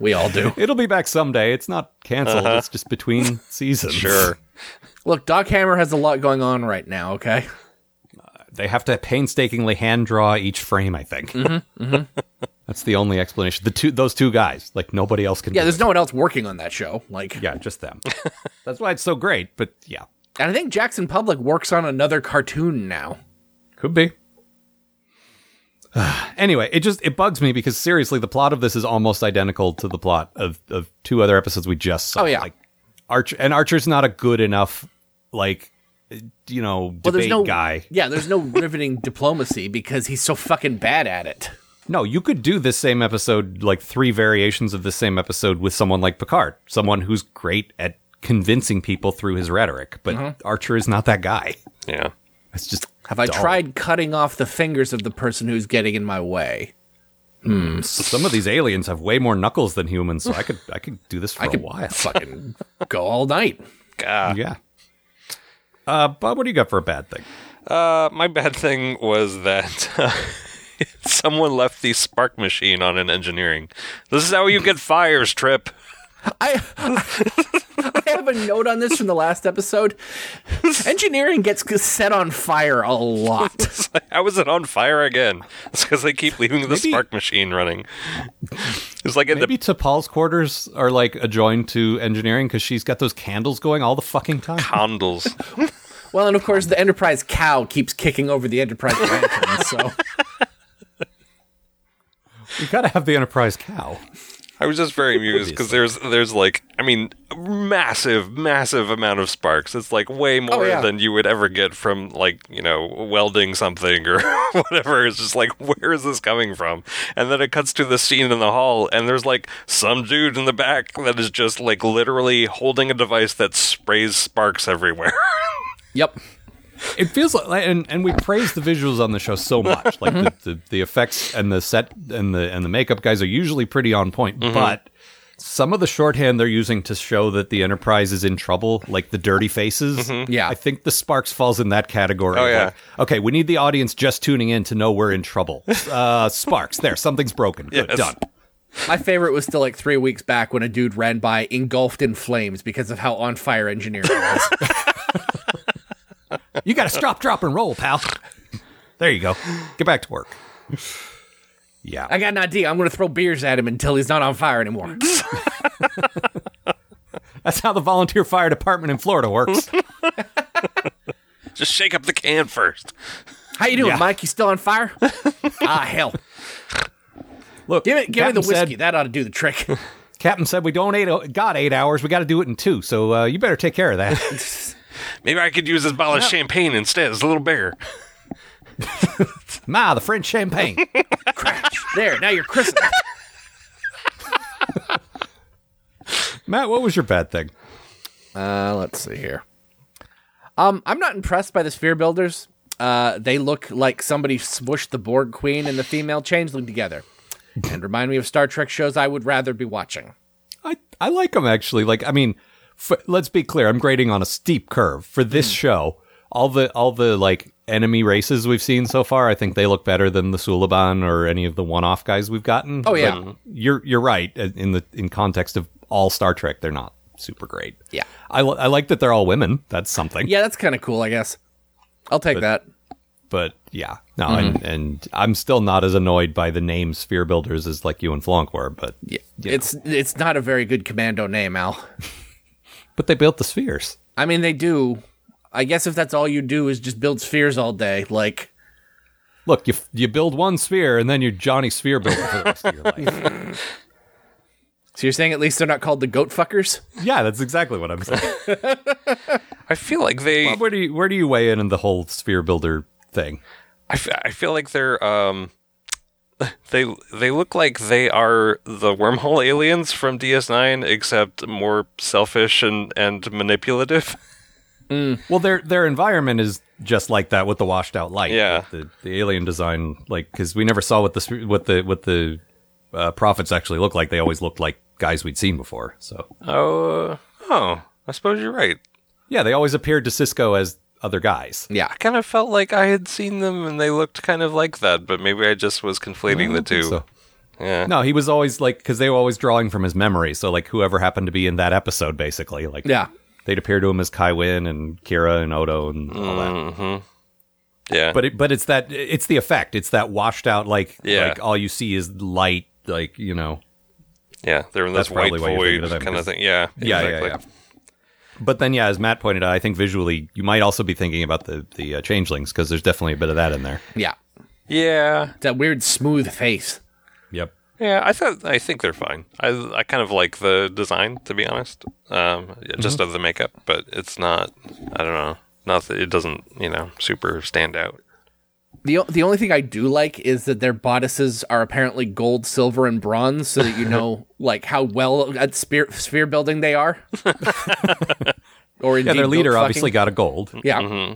S5: We all do.
S3: It'll be back someday. It's not canceled. It's just between seasons.
S6: Uh-huh. Sure.
S5: Look, Doc Hammer has a lot going on right now, okay?
S3: They have to painstakingly hand draw each frame. I think
S5: Mm-hmm,
S3: that's the only explanation. The two, those two guys, like nobody else can.
S5: Yeah,
S3: do
S5: there's
S3: it.
S5: no one else working on that show. Like,
S3: yeah, just them. that's why it's so great. But yeah,
S5: and I think Jackson Public works on another cartoon now.
S3: could be. anyway, it just it bugs me because seriously, the plot of this is almost identical to the plot of of two other episodes we just saw.
S5: Oh, yeah.
S3: like Archer and Archer's not a good enough like you know
S5: Well,
S3: debate
S5: there's no
S3: guy.
S5: Yeah, there's no riveting diplomacy because he's so fucking bad at it.
S3: No, you could do this same episode, like three variations of the same episode with someone like Picard, someone who's great at convincing people through his rhetoric, but Archer is not that guy.
S6: Yeah.
S3: It's just
S5: Mm-hmm. Have I
S3: dull.
S5: tried cutting off the fingers of the person who's getting in my way?
S3: Some of these aliens have way more knuckles than humans, so I could I could do this for
S5: I
S3: a
S5: could
S3: while.
S5: fucking go all night.
S3: Yeah. Uh, Bob, what do you got for a bad thing?
S6: Uh, my bad thing was that uh, someone left the spark machine on in engineering. This is how you get fires, Trip.
S5: I, I have a note on this from the last episode. Engineering gets set on fire a lot.
S6: It's like, How is it on fire again? It's because they keep leaving the
S3: Maybe-
S6: spark machine running. It's like in the
S3: Maybe T'Pol's quarters are like adjoined to engineering because she's got those candles going all the fucking time.
S6: pondles.
S5: Well, and of course, the Enterprise cow keeps kicking over the Enterprise lantern, so
S3: You gotta have the Enterprise cow.
S6: I was just very amused because there's there's like I mean massive massive amount of sparks. It's like way more
S5: yeah.
S6: than you would ever get from like you know welding something or whatever. It's just like where is this coming from? And then it cuts to the scene in the hall and there's like some dude in the back that is just like literally holding a device that sprays sparks everywhere.
S5: Yep.
S3: It feels like, and, and we praise the visuals on the show so much. Like the,
S6: Mm-hmm.
S3: the, the effects and the set and the and the makeup guys are usually pretty on point,
S6: Mm-hmm.
S3: but some of the shorthand they're using to show that the Enterprise is in trouble, like the dirty faces.
S5: Yeah.
S3: I think the Sparks falls in that category.
S6: Mm-hmm. Oh, yeah.
S3: Like, okay, we need the audience just tuning in to know we're in trouble. Uh, Sparks, there, something's broken. Good,
S6: Yes.
S3: done.
S5: My favorite was still like three weeks back when a dude ran by engulfed in flames because of how on fire engineering was.
S3: You got to stop, drop, and roll, pal. There you go. Get back to work. Yeah.
S5: I got an idea. I'm going to throw beers at him until he's not on fire anymore.
S3: That's how the volunteer fire department in Florida works.
S6: just shake up the can first.
S5: How you doing, Mike? You still on fire? ah, hell.
S3: Look,
S5: Give it. Give me
S3: Captain
S5: the whiskey.
S3: Said,
S5: that ought to do the trick.
S3: Captain said we don't eight, got eight hours. We got to do it in two. So uh, you better take care of that.
S6: Maybe I could use this bottle of champagne instead. It's a little bigger.
S3: Ma, the French champagne.
S5: there. Now you're christened.
S3: Matt, what was your bad thing?
S5: Uh, let's see here. Um, I'm not impressed by the sphere builders. Uh, they look like somebody smooshed the Borg Queen and the female changeling together, and remind me of Star Trek shows I would rather be watching.
S3: I I like them actually. Like I mean, f let's be clear. I'm grading on a steep curve for
S5: Hmm.
S3: this show. All the all the like enemy races we've seen so far, I think they look better than the Suliban or any of the one-off guys we've gotten.
S5: Oh, yeah.
S3: But you're you're right Uh, in the in context of all Star Trek. They're not super great.
S5: Yeah.
S3: I, li- I like that they're all women. That's something.
S5: Yeah, that's kind of cool, I guess. I'll take that.
S3: but yeah, no,
S6: Mm-hmm.
S3: and, and I'm still not as annoyed by the name Sphere Builders as like you and Flonk were, but
S5: Yeah, it's it's not a very good commando name, Al.
S3: but they built the spheres.
S5: I mean, they do. I guess if that's all you do is just build spheres all day, like
S3: Look, you you build one sphere and then you're Johnny Sphere Builder for the rest of your life.
S5: so you're saying at least they're not called the goat fuckers?
S3: yeah, that's exactly what I'm saying.
S6: I feel like they.
S3: Where do you where do you weigh in in the whole Sphere Builder thing?
S6: I, f- I feel like they're um they they look like they are the wormhole aliens from DS9 except more selfish and and manipulative.
S3: Well, their their environment is just like that with the washed out light.
S6: Yeah.
S3: the, the alien design, like because we never saw what the sphere- what the what the uh, prophets actually looked like. They always looked like guys we'd seen before. So
S6: Oh, oh, I suppose you're right.
S3: yeah, they always appeared to Cisco as other guys.
S5: Yeah,
S6: I kind of felt like I had seen them and they looked kind of like that, but maybe I just was
S3: Mm,
S6: conflating the two.
S3: So
S6: Yeah.
S3: no, he was always like because they were always drawing from his memory. So like whoever happened to be in that episode, basically, like
S5: yeah.
S3: they'd appear to him as Kai Wynn and Kira and Odo and all
S6: Mm.
S3: that.
S6: Yeah.
S3: But it, but it's that it's the effect. It's that washed out like
S6: Yeah.
S3: like all you see is light. Like you know,
S6: yeah, they're in
S3: That's
S6: this white
S3: probably why you're thinking
S6: void
S3: of them,
S6: kind of
S3: 'cause-
S6: thing. Yeah.
S3: Yeah, yeah,
S6: exactly.
S3: yeah. but then yeah, as Matt pointed out, I think visually you might also be thinking about the the uh, changelings because there's definitely a bit of that in there.
S5: Yeah.
S6: Yeah.
S5: That weird smooth face.
S3: Yep.
S6: Yeah, I thought I think they're fine. I I kind of like the design to be honest. Um, yeah, just of the makeup, but it's not. I don't know. Not that it doesn't you know super stand out.
S5: The o- the only thing I do like is that their bodices are apparently gold, silver, and bronze, so that you know like how well at sphere sphere building they are. or
S3: Yeah,
S5: indeed
S3: their leader
S5: goat
S3: obviously
S5: fucking.
S3: got a gold,
S5: yeah,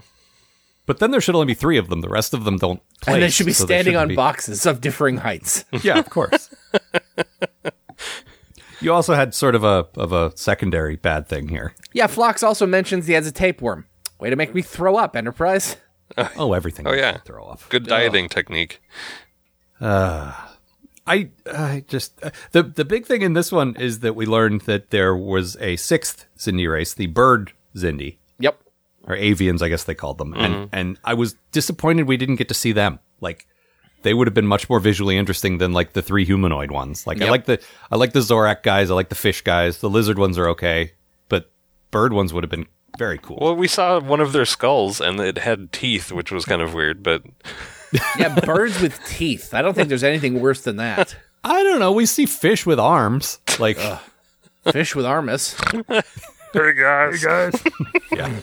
S3: but then there should only be three of them. The rest of them don't. Place,
S5: and they should be
S3: so
S5: standing
S3: shouldn't
S5: on
S3: be-
S5: boxes of differing heights.
S3: Yeah, of course. you also had sort of a of a secondary bad thing here.
S5: yeah, Flox also mentions he has a tapeworm. Way to make me throw up, Enterprise.
S3: Oh, everything.
S6: Oh
S3: I
S6: yeah,
S3: should throw off.
S6: Good dieting technique.
S3: I I just uh, the the big thing in this one is that we learned that there was a sixth Zindi race, the bird Zindi
S5: Yep.
S3: or avians, I guess they called them,
S6: Mm-hmm.
S3: and and I was disappointed we didn't get to see them. Like they would have been much more visually interesting than like the three humanoid ones. Like I
S5: Yep.
S3: like the I like the Zorak guys, I like the fish guys, the lizard ones are okay, but bird ones would have been very cool.
S6: Well, we saw one of their skulls and it had teeth, which was kind of weird. But
S5: Yeah, birds with teeth. I don't think there's anything worse than that.
S3: I don't know. We see fish with arms. Like,
S5: Fish with Armus.
S6: Hey guys,
S3: yeah.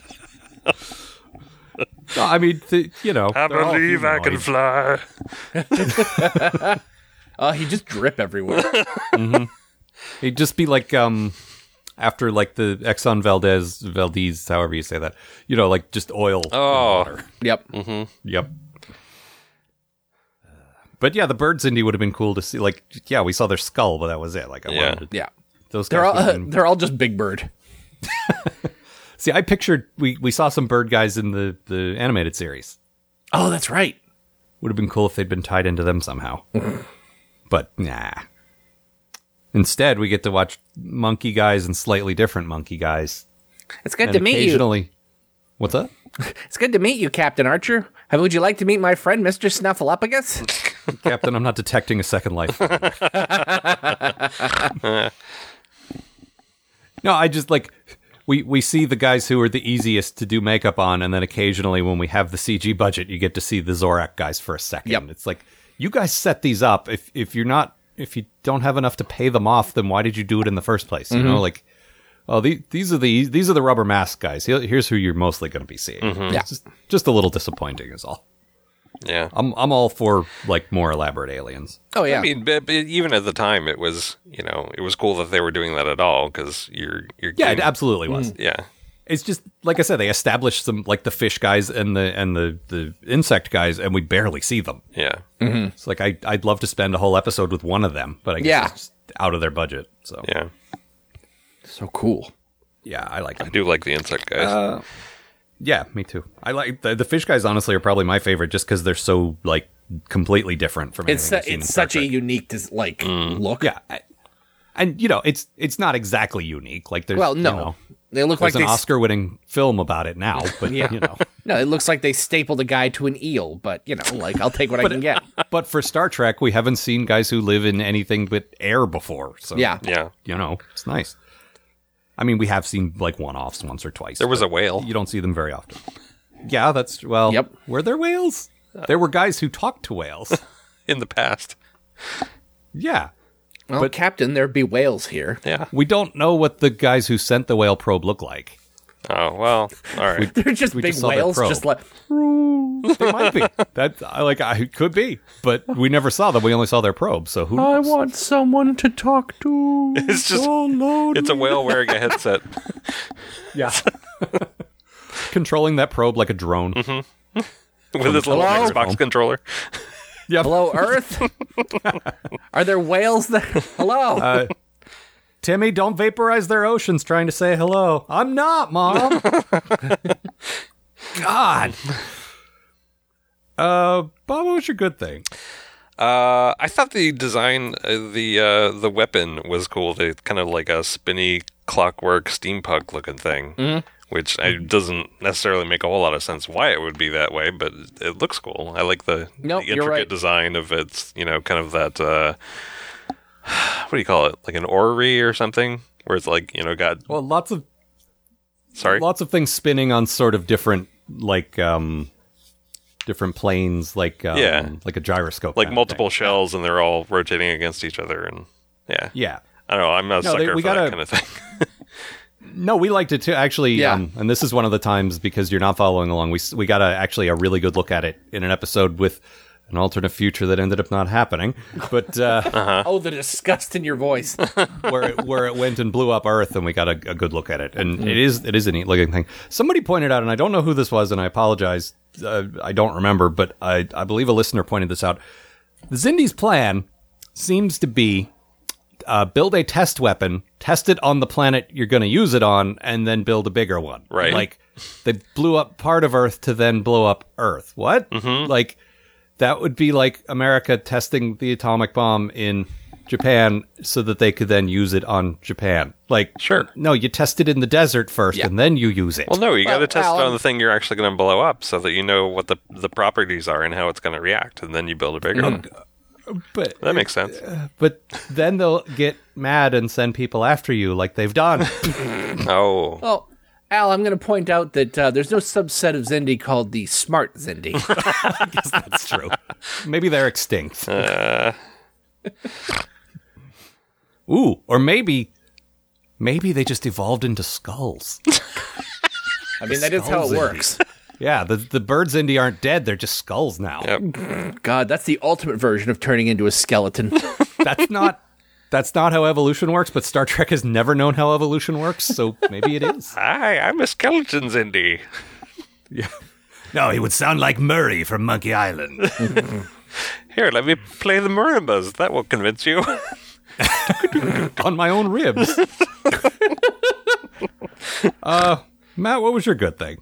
S3: I mean, th- you know,
S6: I
S3: they're all
S6: believe I can
S3: humanoid.
S6: fly.
S5: Uh, he just drip everywhere.
S3: It'd just be like um after like the Exxon Valdez Valdez, however you say that. You know, like just oil.
S6: Oh,
S5: yep.
S3: Yep. But yeah, the birds indie would have been cool to see. Like, yeah, we saw their skull, but that was it. Like, I
S6: Yeah.
S3: wanted to,
S5: Yeah.
S3: those
S5: They're
S3: guys.
S5: all uh,
S3: would've been-
S5: they're all just Big Bird.
S3: see, I pictured we we saw some bird guys in the the animated series.
S5: Oh, that's right.
S3: Would have been cool if they'd been tied into them somehow. but nah. Instead, we get to watch monkey guys and slightly different monkey guys.
S5: It's good
S3: And
S5: to meet you.
S3: occasionally, what's up?
S5: It's good to meet you, Captain Archer. How would you like to meet my friend, Mister Snuffleupagus?
S3: Captain, I'm not detecting a second life. no, I just like we we see the guys who are the easiest to do makeup on, and then occasionally when we have the CG budget, you get to see the Zorak guys for a second.
S5: Yep.
S3: It's like you guys set these up. If if you're not if you don't have enough to pay them off, then why did you do it in the first place? You
S5: Mm-hmm.
S3: know, like oh these these are the these are the rubber mask guys. Here- Here's who you're mostly going to be seeing.
S5: Mm-hmm. Yeah.
S3: It's just just a little disappointing is all.
S6: yeah.
S3: I'm I'm all for like more elaborate aliens.
S5: Oh yeah.
S6: I mean, but, but even at the time, it was you know it was cool that they were doing that at all because you're you're
S3: Yeah, it
S6: getting-
S3: absolutely
S5: Mm.
S3: was.
S6: yeah
S3: It's just like I said, they established some like the fish guys and the and the the insect guys, and we barely see them.
S6: yeah
S3: It's like I I'd love to spend a whole episode with one of them, but I guess
S5: Yeah.
S3: it's just out of their budget. So yeah,
S6: yeah.
S5: so cool.
S3: I like
S6: I
S3: them.
S6: do like the insect guys.
S3: Yeah, me too. I like the, the fish guys. Honestly, are probably my favorite just because they're so like completely different from
S5: It's
S3: anything I've
S5: su-
S3: seen Mm. in
S5: it's
S3: Star
S5: such a
S3: Trek.
S5: unique dis- like look.
S3: yeah. I- and you know, it's it's not exactly unique. Like there's
S5: Well, no,
S3: you know,
S5: they look like
S3: there's
S5: they
S3: an
S5: s-
S3: Oscar-winning film about it now, but
S5: Yeah.
S3: you know,
S5: No, it looks like they stapled a guy to an eel. But you know, like I'll take what I can get.
S3: but for Star Trek, we haven't seen guys who live in anything but air before. So
S5: Yeah.
S6: yeah,
S3: you know, it's nice. I mean, we have seen like one-offs once or twice.
S6: there was a
S3: but
S6: whale.
S3: you don't see them very often. Yeah, that's well.
S5: Yep.
S3: Were there whales? There were guys who talked to whales.
S6: in the past.
S3: yeah.
S5: Well, Captain, there be whales here.
S6: Yeah.
S3: We don't know what the guys who sent the whale probe look like.
S6: Oh well. All right.
S5: They're just
S3: We
S5: big
S3: just saw their
S5: whales,
S3: probe.
S5: just like
S3: They might be. That I like I it could be, but we never saw them. We only saw their probe. So who? knows?
S5: want someone to talk to.
S6: It's just it's a whale wearing a headset.
S3: Yeah. Controlling that probe like a drone.
S6: with his little
S5: Hello?
S6: Xbox controller.
S3: Yep.
S5: Hello, Earth. Are there whales there? Hello.
S3: Uh. Timmy, don't vaporize their oceans trying to say hello. I'm not, Mom. God. Uh, Bob, what was your good thing?
S6: Uh, I thought the design, uh, the uh, the weapon was cool. The kind of like a spinny clockwork steampunk looking thing,
S5: Mm-hmm.
S6: which I, doesn't necessarily make a whole lot of sense why it would be that way, but it looks cool. I like the,
S5: Nope,
S6: the
S5: you're
S6: intricate
S5: right.
S6: design of its, you know, kind of that. Uh, what do you call it? Like an orrery or something, where it's like you know, got
S3: Well, lots of
S6: sorry,
S3: lots of things spinning on sort of different, like um, different planes, like um,
S6: Yeah.
S3: like a gyroscope,
S6: like
S3: kind of
S6: multiple
S3: thing.
S6: shells, and they're all rotating against each other, and yeah,
S3: Yeah.
S6: I don't know. I'm not a
S3: No, they-
S6: sucker
S3: we
S6: for that
S3: gotta-
S6: kind of thing.
S3: No, we liked it too. Actually,
S5: Yeah.
S3: um, and this is one of the times because you're not following along. We s- we got a, actually a really good look at it in an episode with an alternate future that ended up not happening, but uh,
S5: oh, the disgust in your voice.
S3: where it, where it went and blew up Earth, and we got a, a good look at it. And it is it is a neat looking thing. Somebody pointed out, and I don't know who this was, and I apologize. Uh, I don't remember, but I I believe a listener pointed this out. Zindy's plan seems to be uh, build a test weapon, test it on the planet you're going to use it on, and then build a bigger one.
S6: Right.
S3: Like they blew up part of Earth to then blow up Earth. What? Like that would be like America testing the atomic bomb in Japan so that they could then use it on Japan. Like
S6: Sure.
S3: No, you test it in the desert first, and then you use it.
S6: Well, no, you got to test
S5: well,
S6: it on the thing you're actually going to blow up, so that you know what the the properties are and how it's going to react, and then you build a bigger one.
S3: but
S6: That makes sense.
S3: but then they'll get mad and send people after you, like they've done.
S6: Oh,
S5: Well, Al, I'm going to point out that uh, there's no subset of Zindi called the smart Zindi.
S6: Uh.
S3: That's true. Maybe they're extinct. Ooh, or maybe, maybe they just evolved into skulls.
S5: I mean, that is how it
S3: Skulls
S5: works.
S3: yeah, the the birds indie aren't dead; they're just skulls now.
S5: God, that's the ultimate version of turning into a skeleton.
S3: That's not. That's not how evolution works, but Star Trek has never known how evolution works, so maybe it is.
S6: Hi, I'm a skeletons indie.
S3: No, he would sound like Murray from Monkey Island.
S6: Here, let me play the marimbas. That will convince you.
S3: on my own ribs. uh, Matt, what was your good thing?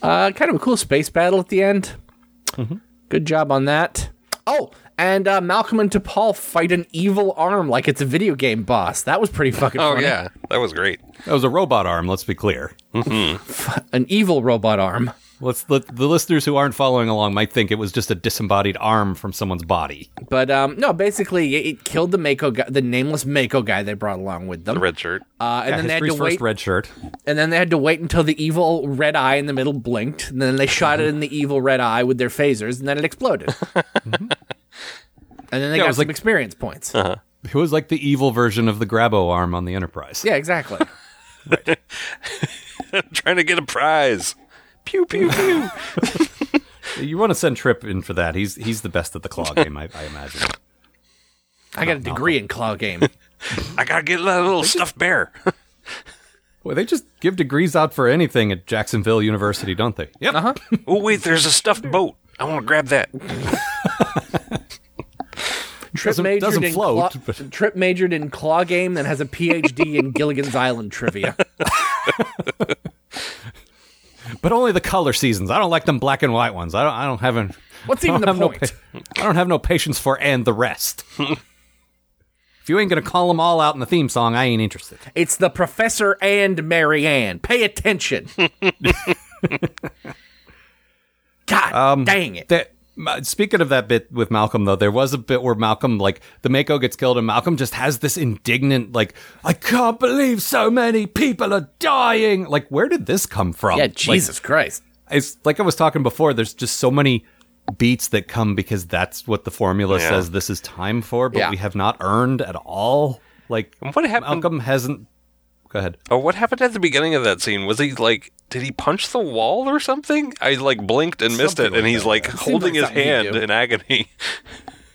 S5: uh, kind of a cool space battle at the end.
S3: Mm-hmm.
S5: Good job on that. Oh, and uh, Malcolm and T'Pol fight an evil arm like it's a video game boss. That was pretty fucking
S3: Oh,
S5: funny.
S6: that was great.
S3: That was a robot arm. Let's be clear.
S5: An evil robot arm.
S3: Let's let the listeners who aren't following along might think it was just a disembodied arm from someone's body.
S5: But um, no, basically, it, it killed the Mako guy, the nameless Mako guy they brought along with them.
S6: Red shirt.
S5: uh, and then they had
S3: History's
S5: to
S3: first
S5: wait.
S3: red shirt.
S5: and then they had to wait until the evil red eye in the middle blinked, and then they shot it in the evil red eye with their phasers, and then it exploded. and then they
S3: Mm-hmm. Yeah, it
S5: got
S3: was
S5: some
S3: like- Uh-huh.
S5: experience points.
S3: It was like the evil version of the Grabo arm on the Enterprise.
S5: Yeah, exactly.
S6: Trying to get a prize. Pew pew pew.
S3: You want to send Trip in for that? He's he's the best at the claw game, I, I imagine.
S5: I got a degree in claw game.
S6: I gotta get that little stuffed bear.
S3: Well, they just give degrees out for anything at Jacksonville University, don't they? Yep. Uh-huh.
S6: oh wait, there's a stuffed boat. I want to grab that.
S5: Trip
S3: Doesn't-
S5: majored
S3: doesn't
S5: in
S3: float,
S5: claw,
S3: but-
S5: Trip majored in claw game, and has a PhD in Gilligan's Island trivia.
S3: But only the color seasons. I don't like them black and white ones. I don't. I don't have an.
S5: What's
S3: I
S5: even
S3: don't
S5: the
S3: have no
S5: point?
S3: pa- I don't have no patience for and the rest. if you ain't gonna call them all out in the theme song, I ain't interested.
S5: It's the professor and Marianne. Pay attention. God
S3: Um,
S5: dang it.
S3: That m- speaking of that bit with Malcolm though, there was a bit where Malcolm like the Mako gets killed and Malcolm just has this indignant like I can't believe so many people are dying. Like where did this come from?
S5: yeah,
S3: Like,
S5: Jesus Christ.
S3: it's like I was talking before. There's just so many beats that come because that's what the formula
S6: Yeah.
S3: says this is time for, but
S5: Yeah.
S3: we have not earned at all. Like
S6: And what happened-
S3: Malcolm hasn't. Go ahead.
S6: Oh, what happened at the beginning of that scene? Was he like, did he punch the wall or something? I like blinked and missed it,
S3: Something
S6: and
S3: like
S6: he's like holding
S5: like
S6: his
S5: something he'd
S6: hand
S5: do.
S6: in agony.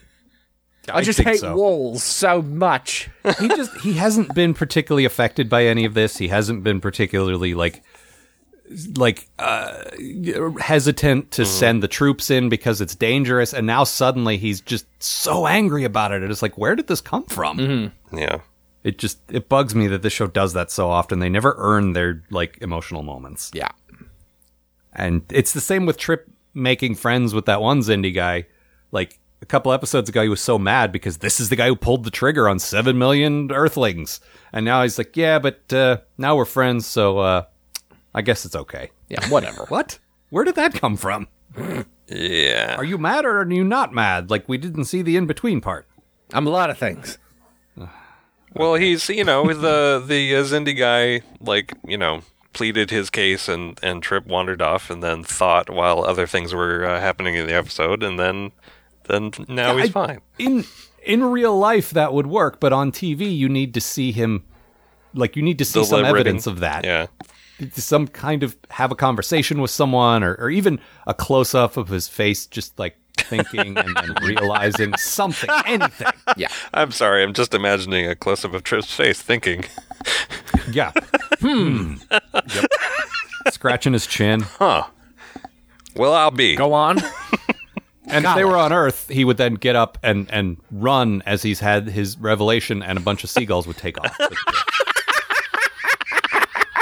S5: I, just
S3: think
S5: hate
S3: so.
S5: walls so much.
S3: he just he hasn't been particularly affected by any of this. He hasn't been particularly like like uh hesitant to send the troops in because it's dangerous and now suddenly he's just so angry about it. It's like where did this come from?
S6: Yeah.
S3: It just it bugs me that this show does that so often. They never earn their like emotional moments.
S5: Yeah.
S3: And it's the same with Trip making friends with that one Zindi guy. Like a couple episodes ago, he was so mad because this is the guy who pulled the trigger on seven million Earthlings, and now he's like, "Yeah, but uh, now we're friends, so uh, I guess it's okay."
S5: Yeah, whatever.
S3: What? Where did that come from?
S6: Yeah.
S3: Are you mad or are you not mad? Like we didn't see the in between part.
S5: I'm a lot of things.
S6: Well, he's you know the the uh, Zindi guy like you know pleaded his case and and Trip wandered off and then thought while other things were uh, happening in the episode and then then now he's
S3: I-
S6: fine.
S3: in in real life that would work, but on TV you need to see him like you need to see some
S6: Deliberating.
S3: evidence of that.
S6: Yeah.
S3: Some kind of have a conversation with someone or, or even a close up of his face just like thinking and then realizing something, anything.
S5: Yeah.
S6: I'm sorry. I'm just imagining a close up of Trip's face thinking.
S3: Yeah. Hmm. Yep. Scratching his chin.
S6: Well, I'll be.
S5: Go on.
S3: And if they were on Earth, he would then get up and, and run as he's had his revelation and a bunch of seagulls would take off.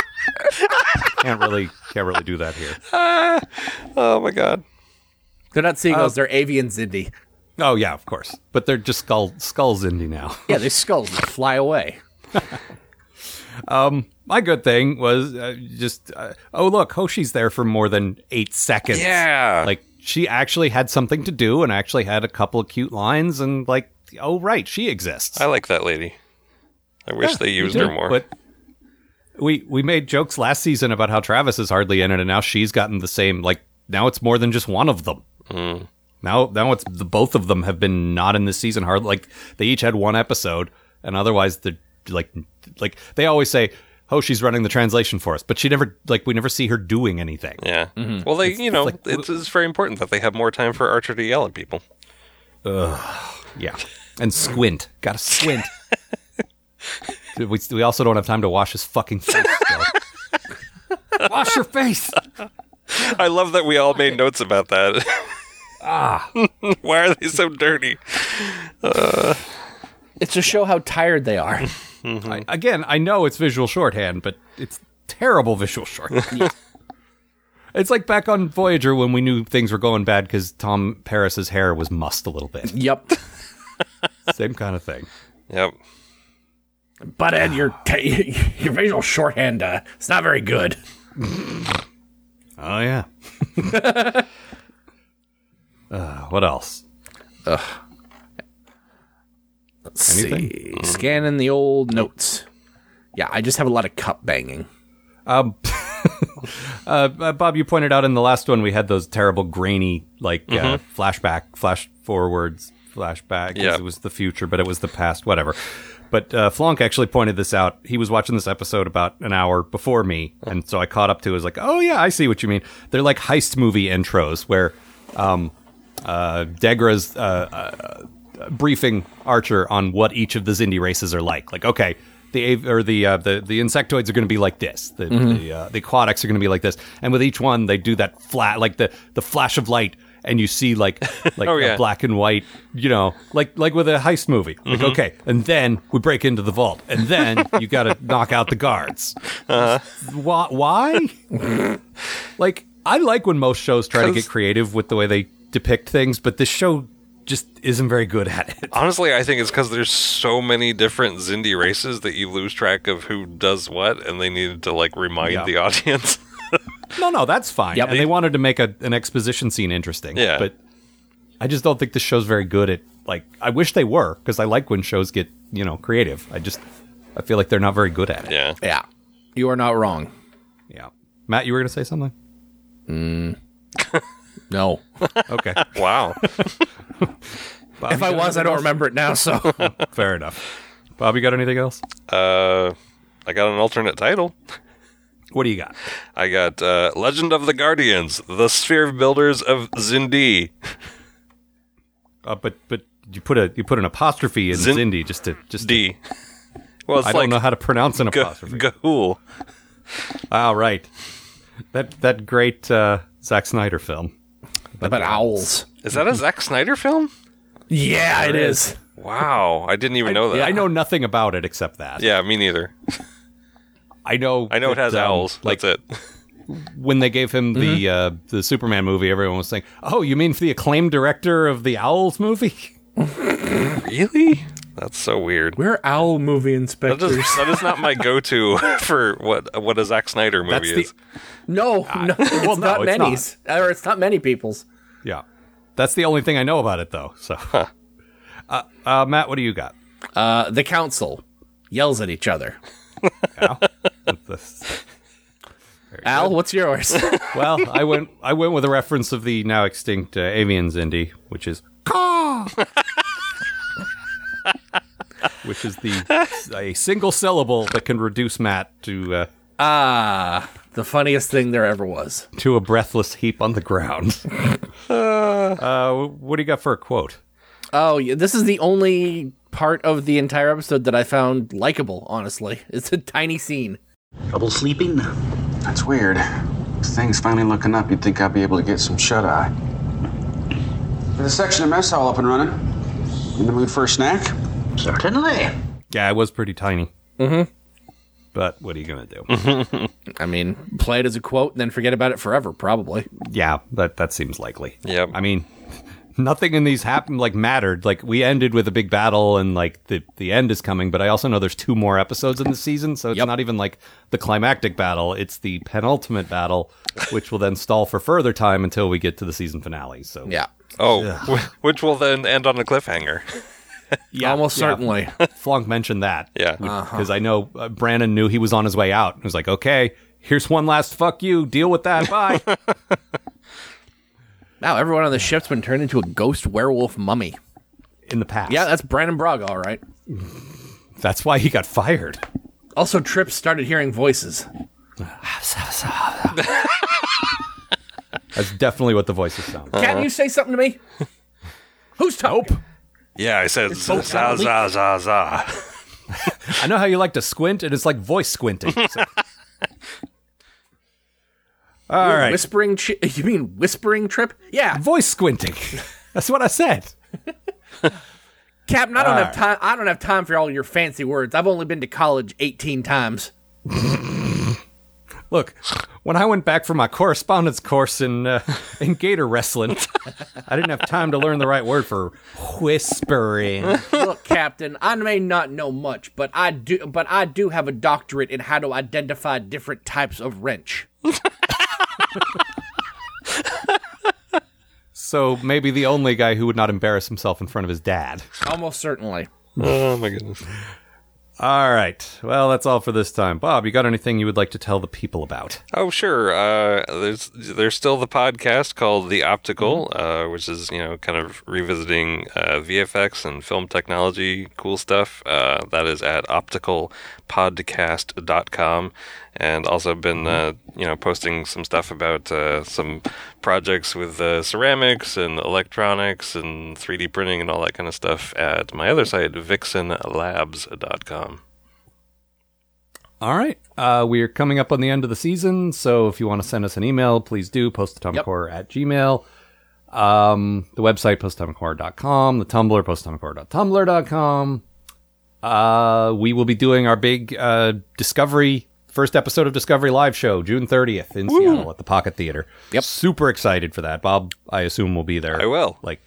S3: can't really can't really do that here.
S6: Oh my god.
S5: They're not seagulls, they're avian Zindi.
S3: Oh yeah, of course. But they're just skull skulls indie now.
S5: Yeah, they skulls that fly away.
S3: My good thing was uh, just uh, oh look, Hoshi's there for more than 8 seconds.
S6: Yeah.
S3: Like she actually had something to do and actually had a couple of cute lines and like oh right, she exists.
S6: I like that lady. I wish they used her
S3: did,
S6: more.
S3: But we we made jokes last season
S6: Mm.
S3: about how Travis is hardly in it, and now she's gotten the same. Like now it's more than just one of them. Now, now it's the both of them have been not in this season. Hard like they each had one episode, and otherwise they're like, like they always say, "Oh, she's running the translation for us," but she never like we never see her doing anything.
S6: Yeah. Well, they, you know,
S3: Mm-hmm. like-
S6: it's, it's very important that they have more time for Archer to yell at people.
S3: Yeah. And squint. Gotta squint. Dude, we, we also don't have time to wash his fucking face still. wash your face.
S6: I love that we all made notes about that. ah. Why are they so dirty?
S5: It's to show how tired they are.
S3: I, again, I know it's visual shorthand, but it's terrible visual shorthand. it's like back on Voyager when we knew things were going bad because Tom Paris's hair was mussed a little bit.
S5: yep.
S3: Same kind of thing.
S6: Yep.
S5: But Ed, your t- your visual shorthand, uh, it's not very good.
S3: Oh yeah. uh, what else?
S5: Let's
S3: Anything?
S5: see. Scanning the old notes. Yeah, I just have a lot of cup banging.
S3: Um, uh, uh, Bob, you pointed out in the last one we had those terrible grainy, like uh, flashback, flash forwards, flashback. 'cause
S6: Yeah.
S3: It was the future, but it was the past, whatever. But uh, Flonk actually pointed this out. He was watching this episode about an hour before me, and so I caught up to. it. I was like, "Oh yeah, I see what you mean." They're like heist movie intros where um, uh, Degra's uh, briefing Archer on what each of the Zindi races are like. Like, okay, the av- or the uh, the the insectoids are going to be like this. The
S6: Mm-hmm.
S3: the, uh, the aquatics are going to be like this. And with each one, they do that flat like the the flash of light, and you see like like
S6: Oh,
S3: a
S6: yeah.
S3: black and white. You know, like like with a heist movie. Like,
S6: Mm-hmm.
S3: okay, and then we break into the vault, and then you got to knock out the guards.
S6: Uh-huh.
S3: Why? why? like, I like when most shows try to
S6: 'Cause-
S3: get creative with the way they depict things, but this show just isn't very good at it.
S6: Honestly, I think it's because there's so many different Zindi races that you lose track of who does what, and they needed to like remind
S3: Yeah.
S6: the audience.
S3: No, no, that's fine.
S5: Yep.
S3: And they wanted to make a, an exposition scene interesting.
S6: Yeah.
S3: But I just don't think the show's very good at like. I wish they were because I like when shows get you know creative. I just I feel like they're not very good at it.
S6: yeah.
S5: Yeah, you are not wrong.
S3: Yeah. Matt, you were gonna say something.
S5: No,
S3: Okay.
S6: Wow.
S3: Bob,
S5: if
S3: you
S5: I
S3: got
S5: was, I
S3: anything
S5: don't
S3: else?
S5: remember it now. So
S3: Fair enough. Bob, you got anything else?
S6: uh, I got an alternate title.
S3: What do you got?
S6: I got uh, Legend of the Guardians, the Sphere Builders of Zindi.
S3: Uh, but but you put a you put an apostrophe in
S6: Zin-
S3: Zindi just to just. To,
S6: D. Well, it's
S3: I
S6: like
S3: don't know how to pronounce an
S6: Ga-
S3: apostrophe.
S6: Gahul.
S3: Ah, right. That that great uh, Zack Snyder film.
S5: about owls.
S6: Is that a Zack Snyder film?
S5: Yeah, it is.
S6: Wow, I didn't even know that.
S3: Yeah, I know nothing about it except that.
S6: Yeah, me neither.
S3: I know.
S6: I know it
S3: that,
S6: has
S3: um,
S6: owls.
S3: Like
S6: That's it. Mm-hmm.
S3: when they gave him the uh, the Superman movie, everyone was saying, "Oh, you mean for the acclaimed director of the Owls movie?"
S6: Really? That's so weird.
S5: We're owl movie
S6: That is,
S5: inspectors.
S6: that is not my go-to for what what a Zack Snyder movie
S3: That's the-
S6: is.
S5: No, Ah, no, it's
S3: well, no,
S5: not
S3: it's
S5: many's, or it's not many people's.
S3: Yeah, that's the only thing I know about it, though. So, uh, uh, Matt, what do you got?
S5: Uh, the council yells at each other.
S3: This-
S5: Al, what's yours?
S3: well, I went I went with a reference of the now extinct uh, Avians Indy, which is caw, which is the a single syllable that can reduce Matt to uh,
S5: Ah, the funniest thing there ever was.
S3: to a breathless heap on the ground. uh, what do you got for a quote?
S5: Oh, yeah, this is the only part of the entire episode that I found likable. Honestly, it's a tiny scene.
S7: Trouble sleeping?
S8: That's weird. If things finally looking up, you'd think I'd be able to get some shut eye. Is the section of mess hall up and running? In the mood for a snack?
S7: Certainly.
S3: Yeah, it was pretty tiny. Mm-hmm. But what are you gonna do?
S5: I mean, play it as a quote and then forget about it forever, probably.
S3: yeah, that that seems likely.
S6: Yep.
S3: I mean, nothing in these happened like mattered. Like we ended with a big battle, and like the the end is coming. But I also know there's two more episodes in the season, so it's
S5: Yep.
S3: not even like the climactic battle. It's the penultimate battle, which will then stall for further time until we get to the season finale. So
S5: Yeah,
S6: Oh, wh- which will then end on a cliffhanger.
S5: almost
S3: yeah.
S5: certainly.
S3: Flonk mentioned that.
S6: Yeah.
S3: Because I know uh, Brandon knew he was on his way out. He was like, okay, here's one last fuck you. Deal with that. Bye.
S5: Now everyone on the ship's been turned into a ghost werewolf mummy.
S3: in the past.
S5: Yeah, that's Brandon Brog, all right.
S3: that's why he got fired.
S5: Also, Tripp started hearing voices.
S3: That's definitely what the voices sound.
S5: Can you say something to me? Who's talking?
S6: Yeah, I said za
S5: both
S6: za
S5: kinda
S6: za za. za.
S3: I know how you like to squint, and it's like voice squinting. so. All
S5: You're
S3: right,
S5: Whispering? Chi- you mean whispering Trip? Yeah,
S3: voice squinting. That's what I said.
S5: Captain. I don't have time. I don't have time for all your fancy words. I've only been to college eighteen times.
S3: Look, when I went back for my correspondence course in uh, in gator wrestling, I didn't have time to learn the right word for whispering.
S5: Look, Captain. I may not know much, but I do. But I do have a doctorate in how to identify different types of wrench.
S3: So maybe the only guy who would not embarrass himself in front of his dad.
S5: Almost certainly.
S6: Oh my goodness.
S3: All right. Well, that's all for this time. Bob, you got anything you would like to tell the people about?
S6: Oh sure. Uh, there's there's still the podcast called The Optical, uh, which is you know kind of revisiting uh, VFX and film technology, cool stuff. Uh, that is at opticalpodcast.com, and also been uh, you know posting some stuff about uh, some projects with uh, ceramics and electronics and 3D printing and all that kind of stuff at my other site, vixenlabs.com.
S3: All right. Uh, we're coming up on the end of the season, so if you want to send us an email, please do. Post atomic
S5: Yep.
S3: horror at gmail. Um, the website, postatomichorror.com. The Tumblr, postatomichorror.tumblr.com. Uh, we will be doing our big uh, Discovery, first episode of Discovery Live Show, June 30th in Seattle at the Pocket Theater. Yep. Super excited for that. Bob, I assume, will be there.
S6: I will.
S3: Like,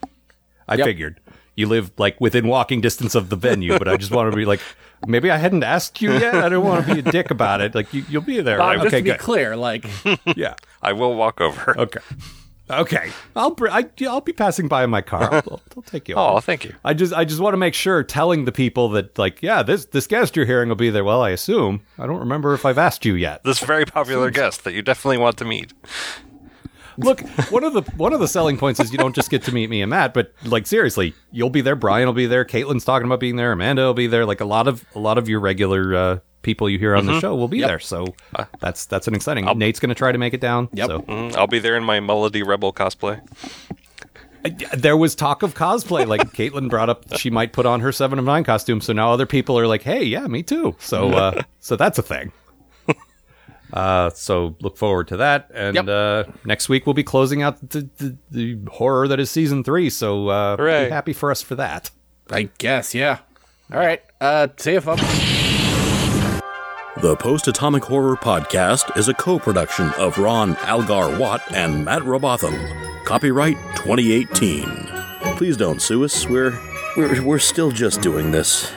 S3: I figured. You live like within walking distance of the venue, but I just want to be like, maybe I hadn't asked you yet. I don't want to be a dick about it. Like you, you'll be there.
S5: Bob,
S3: right?
S5: just
S3: Okay,
S5: to be
S3: good.
S5: clear, like
S3: Yeah.
S6: I will walk over.
S3: Okay. Okay. I'll br- I, yeah, I'll be passing by in my car. I'll, I'll take you.
S6: Oh,
S3: over.
S6: thank you.
S3: I just I just want to make sure telling the people that like yeah this this guest you're hearing will be there. Well, I assume I don't remember if I've asked you yet.
S6: this very popular guest that you definitely want to meet.
S3: Look, one of the one of the selling points is you don't just get to meet me and Matt, but like seriously, you'll be there. Brian will be there. Caitlin's talking about being there. Amanda will be there. Like a lot of a lot of your regular uh, people you hear on the show will be there. So that's that's an exciting. Nate's going to try to make it down. Yep. So
S6: Mm, I'll be there in my Melody Rebel cosplay.
S3: there was talk of cosplay. Like Caitlin brought up, she might put on her Seven of Nine costume. So now other people are like, hey, yeah, me too. So uh, so that's a thing. Uh, so look forward to that. And
S5: Yep.
S3: uh, next week we'll be closing out the, the, the horror that is season three. So uh,
S6: Hooray.
S3: be happy for us for that.
S5: I guess, yeah. All right. Uh, see you, folks.
S4: The Post Atomic Horror Podcast is a co production of Ron Algar Watt and Matt Robotham. Copyright 2018. Please don't sue us. We're, we're, we're still just doing this.